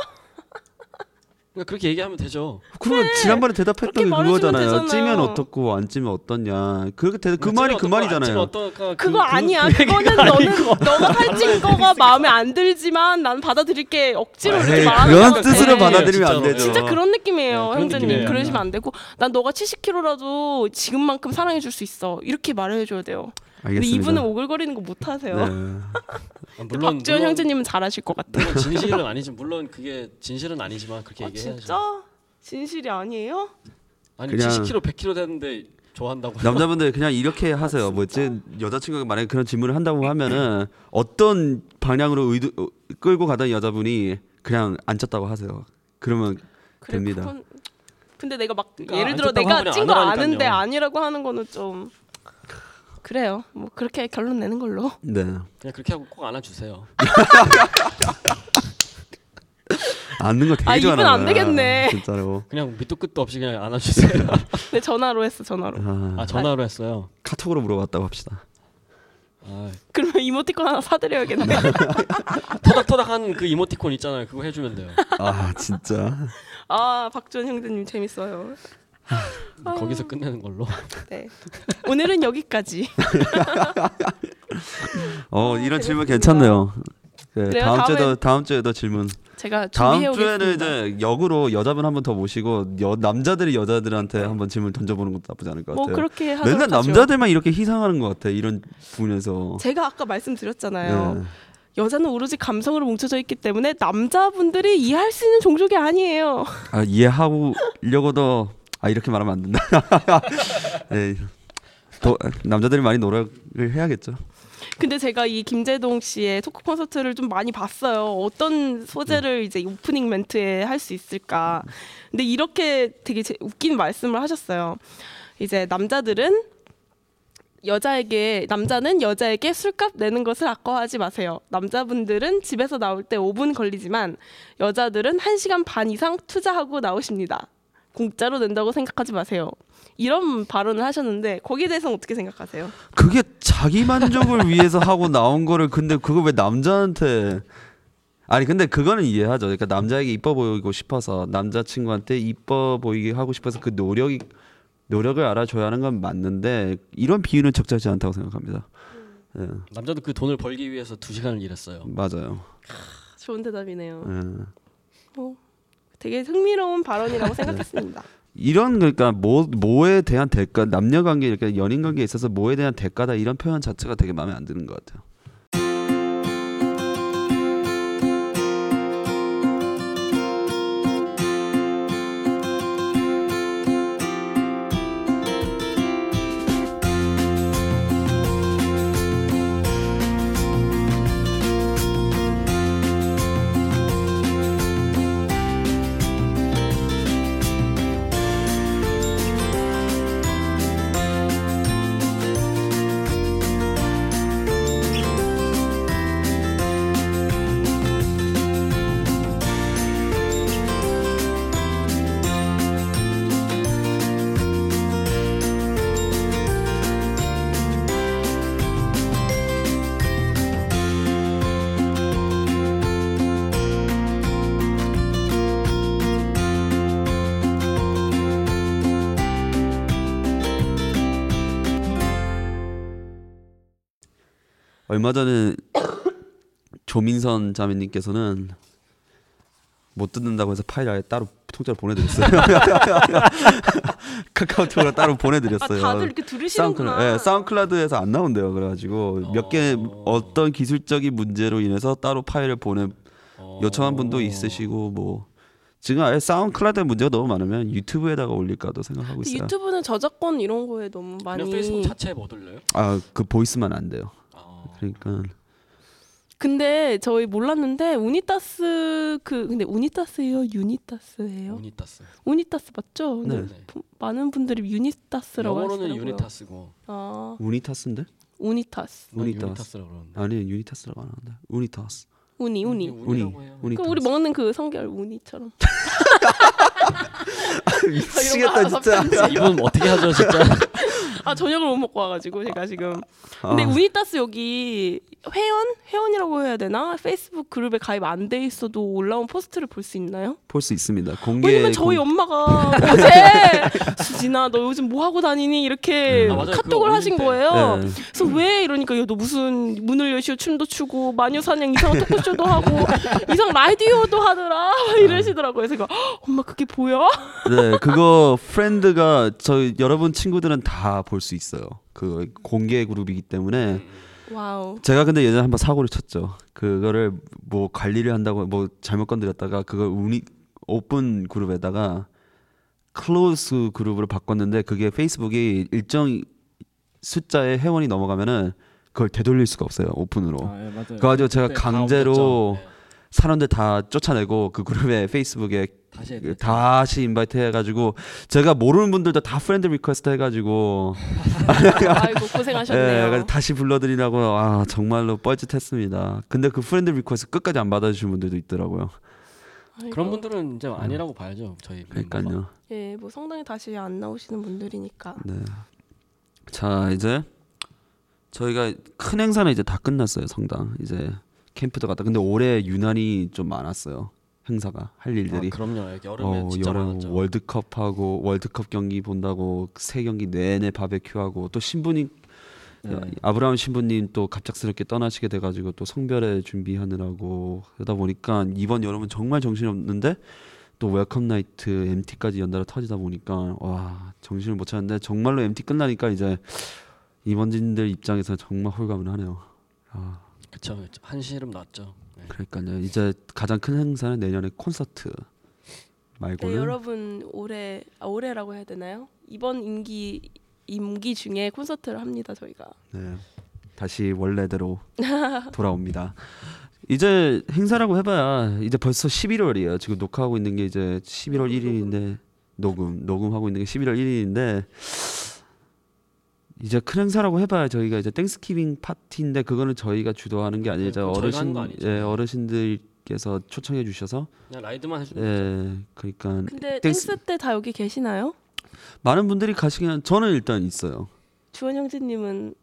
Speaker 2: 그러니까 그렇게 얘기하면 되죠.
Speaker 3: 그러면 지난번에 대답했던 게
Speaker 1: 그렇게 네. 말해주면
Speaker 3: 그거잖아요.
Speaker 1: 되잖아요.
Speaker 3: 찌면 어떻고 안 찌면 어떻냐. 그렇게 대답 그 말이 그 말이잖아요.
Speaker 2: 어떨까,
Speaker 1: 그거 아니야. 그거는 너는 너가 살찐 거가 마음에 안 들지만 난 받아들일게 억지로 이렇게
Speaker 3: 에이,
Speaker 1: 말하는
Speaker 3: 네, 그런
Speaker 1: 건데.
Speaker 3: 뜻으로
Speaker 2: 받아-
Speaker 3: 받아들이면 안
Speaker 2: 진짜로.
Speaker 3: 되죠.
Speaker 1: 진짜 그런
Speaker 2: 네,
Speaker 1: 느낌이에요,
Speaker 2: 그런
Speaker 1: 형제님.
Speaker 2: 느낌이에요. 네.
Speaker 1: 그러시면 안 되고, 난 너가 70kg라도 지금만큼 사랑해줄 수 있어. 이렇게 말해줘야 돼요. 근데
Speaker 3: 알겠습니다.
Speaker 1: 그 이분은 오글거리는 거 못 하세요.
Speaker 3: 네.
Speaker 2: 아, 물론
Speaker 1: 박지원
Speaker 2: 물론-
Speaker 1: 형제님은 잘하실 것 같아요.
Speaker 2: 물론 진실은 아니지 물론 그게 진실은 아니지만 그렇게
Speaker 1: 아,
Speaker 2: 얘기해야죠.
Speaker 1: 진짜? 진실이 아니에요?
Speaker 2: 아니
Speaker 3: 그냥-
Speaker 2: 70kg 100kg 되는데 좋아한다고.
Speaker 3: 남자분들 그냥 이렇게 하세요. 뭐지 여자친구가 만약에 그런 질문을 한다고 하면은 어떤 방향으로 의도 어, 끌고 가던 여자분이 그냥 안 쪘다고 하세요. 그러면
Speaker 1: 그래,
Speaker 3: 됩니다.
Speaker 1: 그건... 근데 내가 막
Speaker 2: 그러니까
Speaker 1: 예를
Speaker 2: 안
Speaker 1: 들어
Speaker 2: 좋다고
Speaker 1: 내가
Speaker 2: 하면
Speaker 1: 찐 거
Speaker 2: 안 하라니까요.
Speaker 1: 아는데 아니라고 하는 거는 좀 그래요. 뭐 그렇게 결론 내는 걸로.
Speaker 3: 네.
Speaker 2: 그냥 그렇게 하고 꼭 안아 주세요.
Speaker 3: 안는 거 되게
Speaker 1: 아, 이분 안
Speaker 3: 좋아하나
Speaker 1: 되겠네.
Speaker 3: 진짜로.
Speaker 2: 그냥 밑도 끝도 없이 그냥 안아 주세요.
Speaker 1: 내 전화로 했어 전화로.
Speaker 3: 아,
Speaker 2: 아 전화로 했어요.
Speaker 3: 카톡으로 물어봤다고 합시다.
Speaker 2: 아,
Speaker 1: 그러면 이모티콘 하나 사드려야겠네.
Speaker 2: 토닥토닥한 그 이모티콘 있잖아요. 그거 해주면 돼요.
Speaker 3: 아 진짜.
Speaker 1: 아 박지원 형제님 재밌어요.
Speaker 2: 거기서 끝내는 걸로.
Speaker 1: 네. 오늘은 여기까지.
Speaker 3: 어 이런 질문 괜찮네요. 네,
Speaker 1: 그래요?
Speaker 3: 다음 주에도
Speaker 1: 아, 다음에-
Speaker 3: 다음 주에도 질문
Speaker 1: 제가 준비해
Speaker 3: 다음
Speaker 1: 오겠습니다.
Speaker 3: 주에는 이제 역으로 여자분 한 분 더 모시고 여, 남자들이 여자들한테 한번 질문 던져보는 것도 나쁘지 않을 것
Speaker 1: 뭐
Speaker 3: 같아요.
Speaker 1: 그렇게 하도록
Speaker 3: 맨날
Speaker 1: 하죠.
Speaker 3: 남자들만 이렇게 희생하는 것 같아 이런 부분에서.
Speaker 1: 제가 아까 말씀드렸잖아요.
Speaker 3: 네.
Speaker 1: 여자는 오로지 감성으로 뭉쳐져 있기 때문에 남자분들이 이해할 수 있는 종족이 아니에요.
Speaker 3: 아, 이해하려고도 아 이렇게 말하면 안 된다. 네. 더, 남자들이 많이 노력을 해야겠죠.
Speaker 1: 근데 제가 이 김재동 씨의 토크 콘서트를 좀 많이 봤어요. 어떤 소재를 이제 오프닝 멘트에 할 수 있을까. 근데 이렇게 되게 제- 웃긴 말씀을 하셨어요. 이제 남자들은 여자에게 남자는 여자에게 술값 내는 것을 아까워하지 마세요. 남자분들은 집에서 나올 때 5분 걸리지만 여자들은 1시간 반 이상 투자하고 나오십니다. 공짜로 낸다고 생각하지 마세요. 이런 발언을 하셨는데 거기에 대해서 는 어떻게 생각하세요?
Speaker 3: 그게 자기 만족을 위해서 하고 나온 거를 근데 그거 왜 남자한테 아니 근데 그거는 이해하죠. 그러니까 남자에게 이뻐 보이고 싶어서 남자 친구한테 이뻐 보이게 하고 싶어서 그 노력이 노력을 알아줘야 하는 건 맞는데 이런 비유는 적절치 않다고 생각합니다. 예,
Speaker 2: 남자도 그 돈을 벌기 위해서 두 시간을 일했어요.
Speaker 3: 맞아요.
Speaker 1: 좋은 대답이네요. 어,
Speaker 3: 예.
Speaker 1: 되게 흥미로운 발언이라고 생각했습니다.
Speaker 3: 이런 그러니까 뭐 뭐에 대한 대가 남녀 관계 그러니까 연인 관계에 있어서 뭐에 대한 대가다 이런 표현 자체가 되게 마음에 안 드는 것 같아요. 얼마 전에 조민선 자매님께서는 못 듣는다고 해서 파일 아예 따로 통째로 보내드렸어요. 카카오톡으로 따로
Speaker 1: 아
Speaker 3: 보내드렸어요.
Speaker 1: 다들 이렇게 들으시는구나.
Speaker 3: 사운클라- 예, 사운클라드에서 안 나온대요. 그래가지고 몇 개 어떤 기술적인 문제로 인해서 따로 파일을 보내
Speaker 2: 어,
Speaker 3: 요청한 분도 있으시고 뭐 지금 아예 사운클라드 문제가 너무 많으면 유튜브에다가 올릴까도 생각하고
Speaker 1: 근데
Speaker 3: 있어요.
Speaker 1: 유튜브는 저작권 이런 거에 너무 많이.
Speaker 2: 그냥 페이스북 자체에 못 올려요?
Speaker 3: 아그 보이스만 안 돼요.
Speaker 2: 아.
Speaker 3: 그러니까
Speaker 1: 근데 저희 몰랐는데 우니타스 그 근데 우니타스예요, 유니타스예요.
Speaker 2: 유니타스.
Speaker 1: 우니타스 맞죠?
Speaker 3: 음. 네.
Speaker 1: 근데 많은 분들이 유니타스라고
Speaker 2: 영어로는
Speaker 1: 하시더라고요.
Speaker 2: 유니타스고
Speaker 1: 아
Speaker 3: 우니타스인데
Speaker 1: 우니타스,
Speaker 2: 난
Speaker 3: 유니타스.
Speaker 2: 유니타스라고 그러는데.
Speaker 3: 아니 유니타스라고 안 한다. 우니타스.
Speaker 1: 우니 우니. 그
Speaker 2: 우니라고 해요.
Speaker 3: 우니
Speaker 1: 그 우리 먹는 그 성게알 우니처럼. 뭐
Speaker 3: 미치겠다 진짜. 뭐
Speaker 2: 이분 뭐 어떻게 하죠 진짜?
Speaker 1: 아 저녁을 못 먹고 와가지고 제가 지금.
Speaker 3: 아,
Speaker 2: 아.
Speaker 1: 근데 우니타스 여기 회원 회원이라고 해야 되나? 페이스북 그룹에 가입 안 돼 있어도 올라온 포스트를 볼 수 있나요?
Speaker 3: 볼 수 있습니다.
Speaker 1: 왜냐면
Speaker 3: 공개
Speaker 2: 그
Speaker 1: 저희
Speaker 2: 뭐
Speaker 1: 엄마가 어제 수진아 너 요즘 뭐 하고 다니니 이렇게
Speaker 2: 아, 맞아요.
Speaker 1: 카톡을
Speaker 2: 그거
Speaker 1: 하신
Speaker 2: 올릴 때.
Speaker 1: 거예요.
Speaker 3: 네.
Speaker 1: 그래서 왜 이러니까 야, 너 무슨 문을 여시오 춤도 추고 마녀사냥 이상한 토크쇼도 하고 이상 라디오도 하더라 막
Speaker 2: 네.
Speaker 1: 이러시더라고요. 그래서 제가, 엄마 그게 보여?
Speaker 3: 네, 그거 프렌드가 저 여러분 친구들은 다 볼 수 있어요. 그 공개 그룹이기 때문에
Speaker 2: 음.
Speaker 1: 와우.
Speaker 3: 제가 근데 예전에 한번 사고를 쳤죠. 그거를 뭐 관리를 한다고 뭐 잘못 건드렸다가 그걸 우니 오픈 그룹에다가 클로즈 그룹으로 바꿨는데 그게 페이스북이 일정 숫자의 회원이 넘어가면은 그걸 되돌릴 수가 없어요 오픈으로.
Speaker 5: 예, 맞아요.
Speaker 3: 그래가지고 제가
Speaker 2: 네. 그때 다
Speaker 3: 강제로
Speaker 2: 옮겼죠. 네.
Speaker 3: 사람들 다 쫓아내고 그 그룹에 페이스북에
Speaker 2: 다시 해야 돼요.
Speaker 3: 다시 인바이트 해가지고 제가 모르는 분들도 다 프렌드 리퀘스트 해가지고
Speaker 1: 아이고
Speaker 3: 예,
Speaker 1: 고생하셨네요.
Speaker 3: 그래서 다시 불러드리라고 아 정말로 뻘짓했습니다. 근데 그 프렌드 리퀘스트 끝까지 안 받아주신 분들도 있더라고요.
Speaker 1: 아이고.
Speaker 2: 그러니까. 그런 분들은 이제 아니라고 봐야죠 저희. 뭐 아, 멤버가.
Speaker 3: 그러니까요.
Speaker 1: 예, 뭐 성당에 다시 안 나오시는 분들이니까.
Speaker 3: 자 이제 저희가 큰 행사는 이제 다 끝났어요 성당 이제 캠프도 갔다. 근데 올해 유난히 좀 많았어요 행사가 할 일들이.
Speaker 2: 아, 그럼요. 여름에
Speaker 3: 어,
Speaker 2: 진짜
Speaker 3: 여름
Speaker 2: 많았죠.
Speaker 3: 월드컵하고 월드컵 경기 본다고 세 경기 내내 바베큐하고 또 신부님
Speaker 2: 네.
Speaker 3: 아브라함 신부님 또 갑작스럽게 떠나시게 돼가지고 또 성별에 준비하느라고 그러다 보니까 이번 여름은 정말 정신이 없는데 또 웰컴 나이트 MT까지 연달아 터지다 보니까 와 정신을 못 차는데 정말로 MT 끝나니까 이제 임원진들 입장에서 정말 홀가분 하네요. 아
Speaker 2: 그쵸 그쵸. 한시름 났죠.
Speaker 3: 그러니까요 이제 가장 큰 행사는 내년에 콘서트 말고는
Speaker 1: 네, 여러분 올해 아, 올해라고 해야 되나요? 이번 임기 임기 중에 콘서트를 합니다 저희가.
Speaker 3: 네, 다시 원래대로 돌아옵니다. 이제 행사라고 해봐야 이제 벌써 11월이에요. 지금 녹화하고 있는 게 이제 11월 1일인데 녹음 녹음하고 있는 게 11월 1일인데 이제 큰 행사라고 해봐야 저희가 이제 땡스키빙 파티인데 그거는 저희가 주도하는 게 아니라
Speaker 2: 네, 그건 저희가 하는
Speaker 3: 어르신
Speaker 2: 거 아니죠?
Speaker 3: 예, 어르신들께서 초청해 주셔서
Speaker 2: 그냥 라이드만 해주면
Speaker 3: 예 그러니까
Speaker 1: 근데
Speaker 3: 땡스-
Speaker 1: 땡스, 때 다 여기 계시나요?
Speaker 3: 많은 분들이 가시긴 저는 일단 있어요.
Speaker 1: 주원 형제님은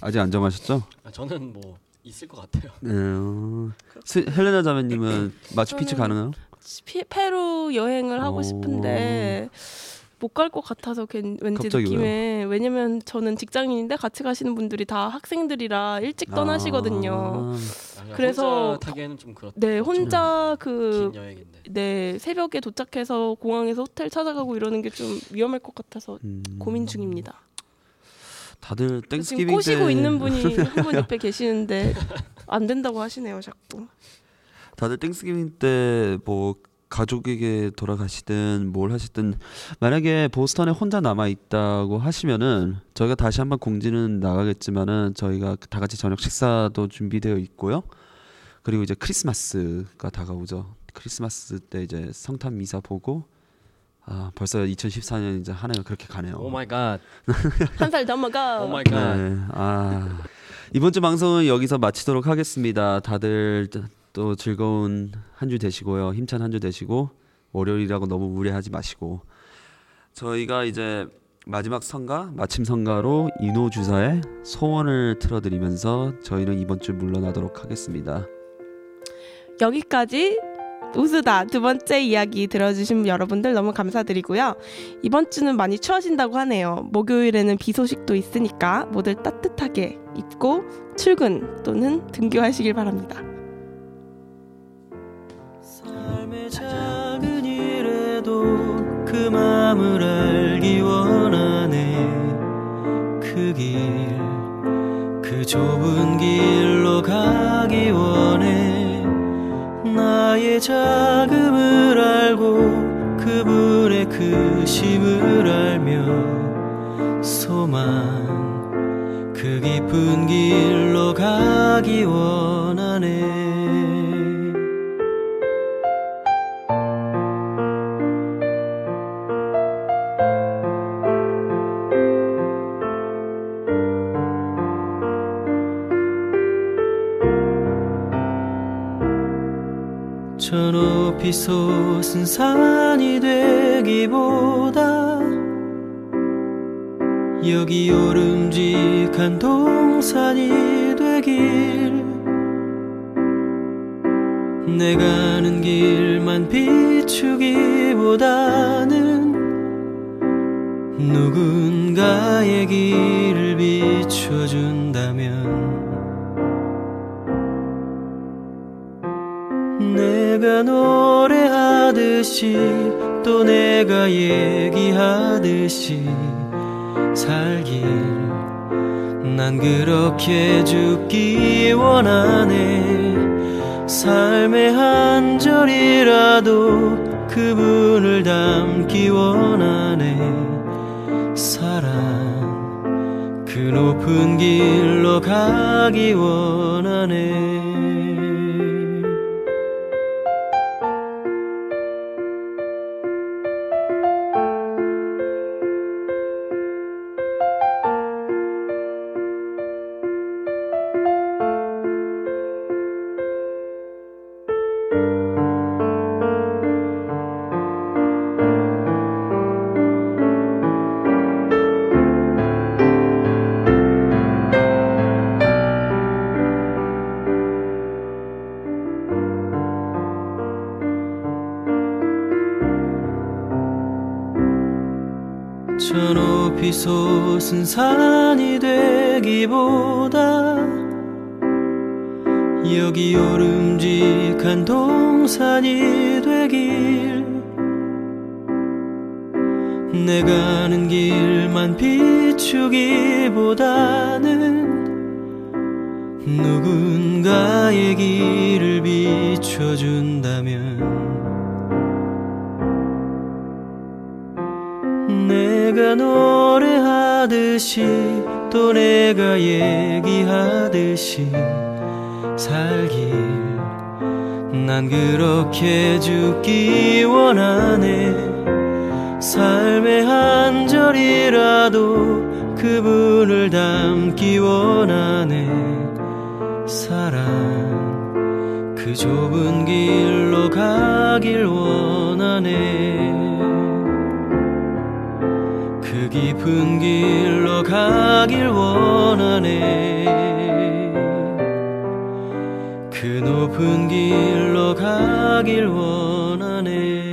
Speaker 3: 아직 안 정하셨죠?
Speaker 2: 아, 저는 뭐 있을 것 같아요.
Speaker 3: 네, 어, 스- 헬레나 자매님은
Speaker 1: 그렇죠.
Speaker 3: 마추픽추
Speaker 1: 저는-
Speaker 3: 가능해요?
Speaker 1: 피- 페루 여행을 하고
Speaker 3: 어.
Speaker 1: 싶은데 못 갈 것 같아서 괜- 왠지
Speaker 3: 갑자기
Speaker 1: 느낌에 왜냐면 저는 직장인인데 같이 가시는 분들이 다 학생들이라
Speaker 3: 아.
Speaker 1: 일찍 떠나시거든요.
Speaker 2: 아, 그냥
Speaker 1: 그래서-
Speaker 2: 혼자 타기에는 좀 그렇.
Speaker 1: 네
Speaker 3: 그렇죠.
Speaker 1: 혼자
Speaker 2: 긴
Speaker 1: 그
Speaker 2: 여행인데.
Speaker 1: 네, 새벽에 도착해서 공항에서 호텔 찾아가고 이러는 게 좀 위험할 것 같아서
Speaker 3: 음,
Speaker 1: 고민 중입니다.
Speaker 3: 다들
Speaker 1: 지금
Speaker 3: 땡스기빙
Speaker 1: 꼬시고
Speaker 3: 때
Speaker 1: 있는 분이 한 분 옆에 계시는데 안 된다고 하시네요, 자꾸.
Speaker 3: 다들 땡스기빙 때 뭐 가족에게 돌아가시든 뭘 하시든 만약에 보스턴에 혼자 남아 있다고 하시면은 저희가 다시 한번 공지는 나가겠지만은 저희가 다 같이 저녁 식사도 준비되어 있고요. 그리고 이제 크리스마스가 다가오죠. 크리스마스 때 이제 성탄 미사 보고 아 벌써 2014년 이제 한 해가 그렇게 가네요.
Speaker 2: 오 마이 갓.
Speaker 1: 한 살 넘어가.
Speaker 2: 오 마이 갓.
Speaker 3: 네. 아 이번 주 방송은 여기서 마치도록 하겠습니다. 다들 또 즐거운 한 주 되시고요. 힘찬 한 주 되시고 월요일이라고 너무 무례하지 마시고 저희가 이제 마지막 선가 마침 선가로 인호 주사의 소원을 틀어드리면서 저희는 이번 주 물러나도록 하겠습니다.
Speaker 1: 여기까지 우스다 두 번째 이야기 들어주신 여러분들 너무 감사드리고요. 이번 주는 많이 추워진다고 하네요. 목요일에는 비 소식도 있으니까 모두 따뜻하게 입고 출근 또는 등교하시길 바랍니다.
Speaker 5: 삶의 작은 일에도 그 마음을 알기 원하네 그 길 그 좁은 길로 가기 원해 나의 자금을 알고 그분의 크심을 알며 소망 그 깊은 길로 가기 원하네 저 높이 솟은 산이 되기보다 여기 오름직한 동산이 되길 내가 아는 길만 비추기보다는 누군가의 길을 비춰준다면 내가 노래하듯이 또 내가 얘기하듯이 살길 난 그렇게 죽기 원하네 삶의 한 절이라도 그분을 담기 원하네 사랑 그 높은 길로 가기 원하네 저 높이 솟은 산이 되기보다 여기 오름직한 동산이 되길 내 가는 길만 비추기보다는 누군가의 길을 비춰준다면 내가 노래하듯이 또 내가 얘기하듯이 살길 난 그렇게 죽기 원하네 삶의 한 절이라도 그분을 닮기 원하네 사랑 그 좁은 길로 가길 원하네 그 깊은 길로 가길 원하네 그 높은 길로 가길 원하네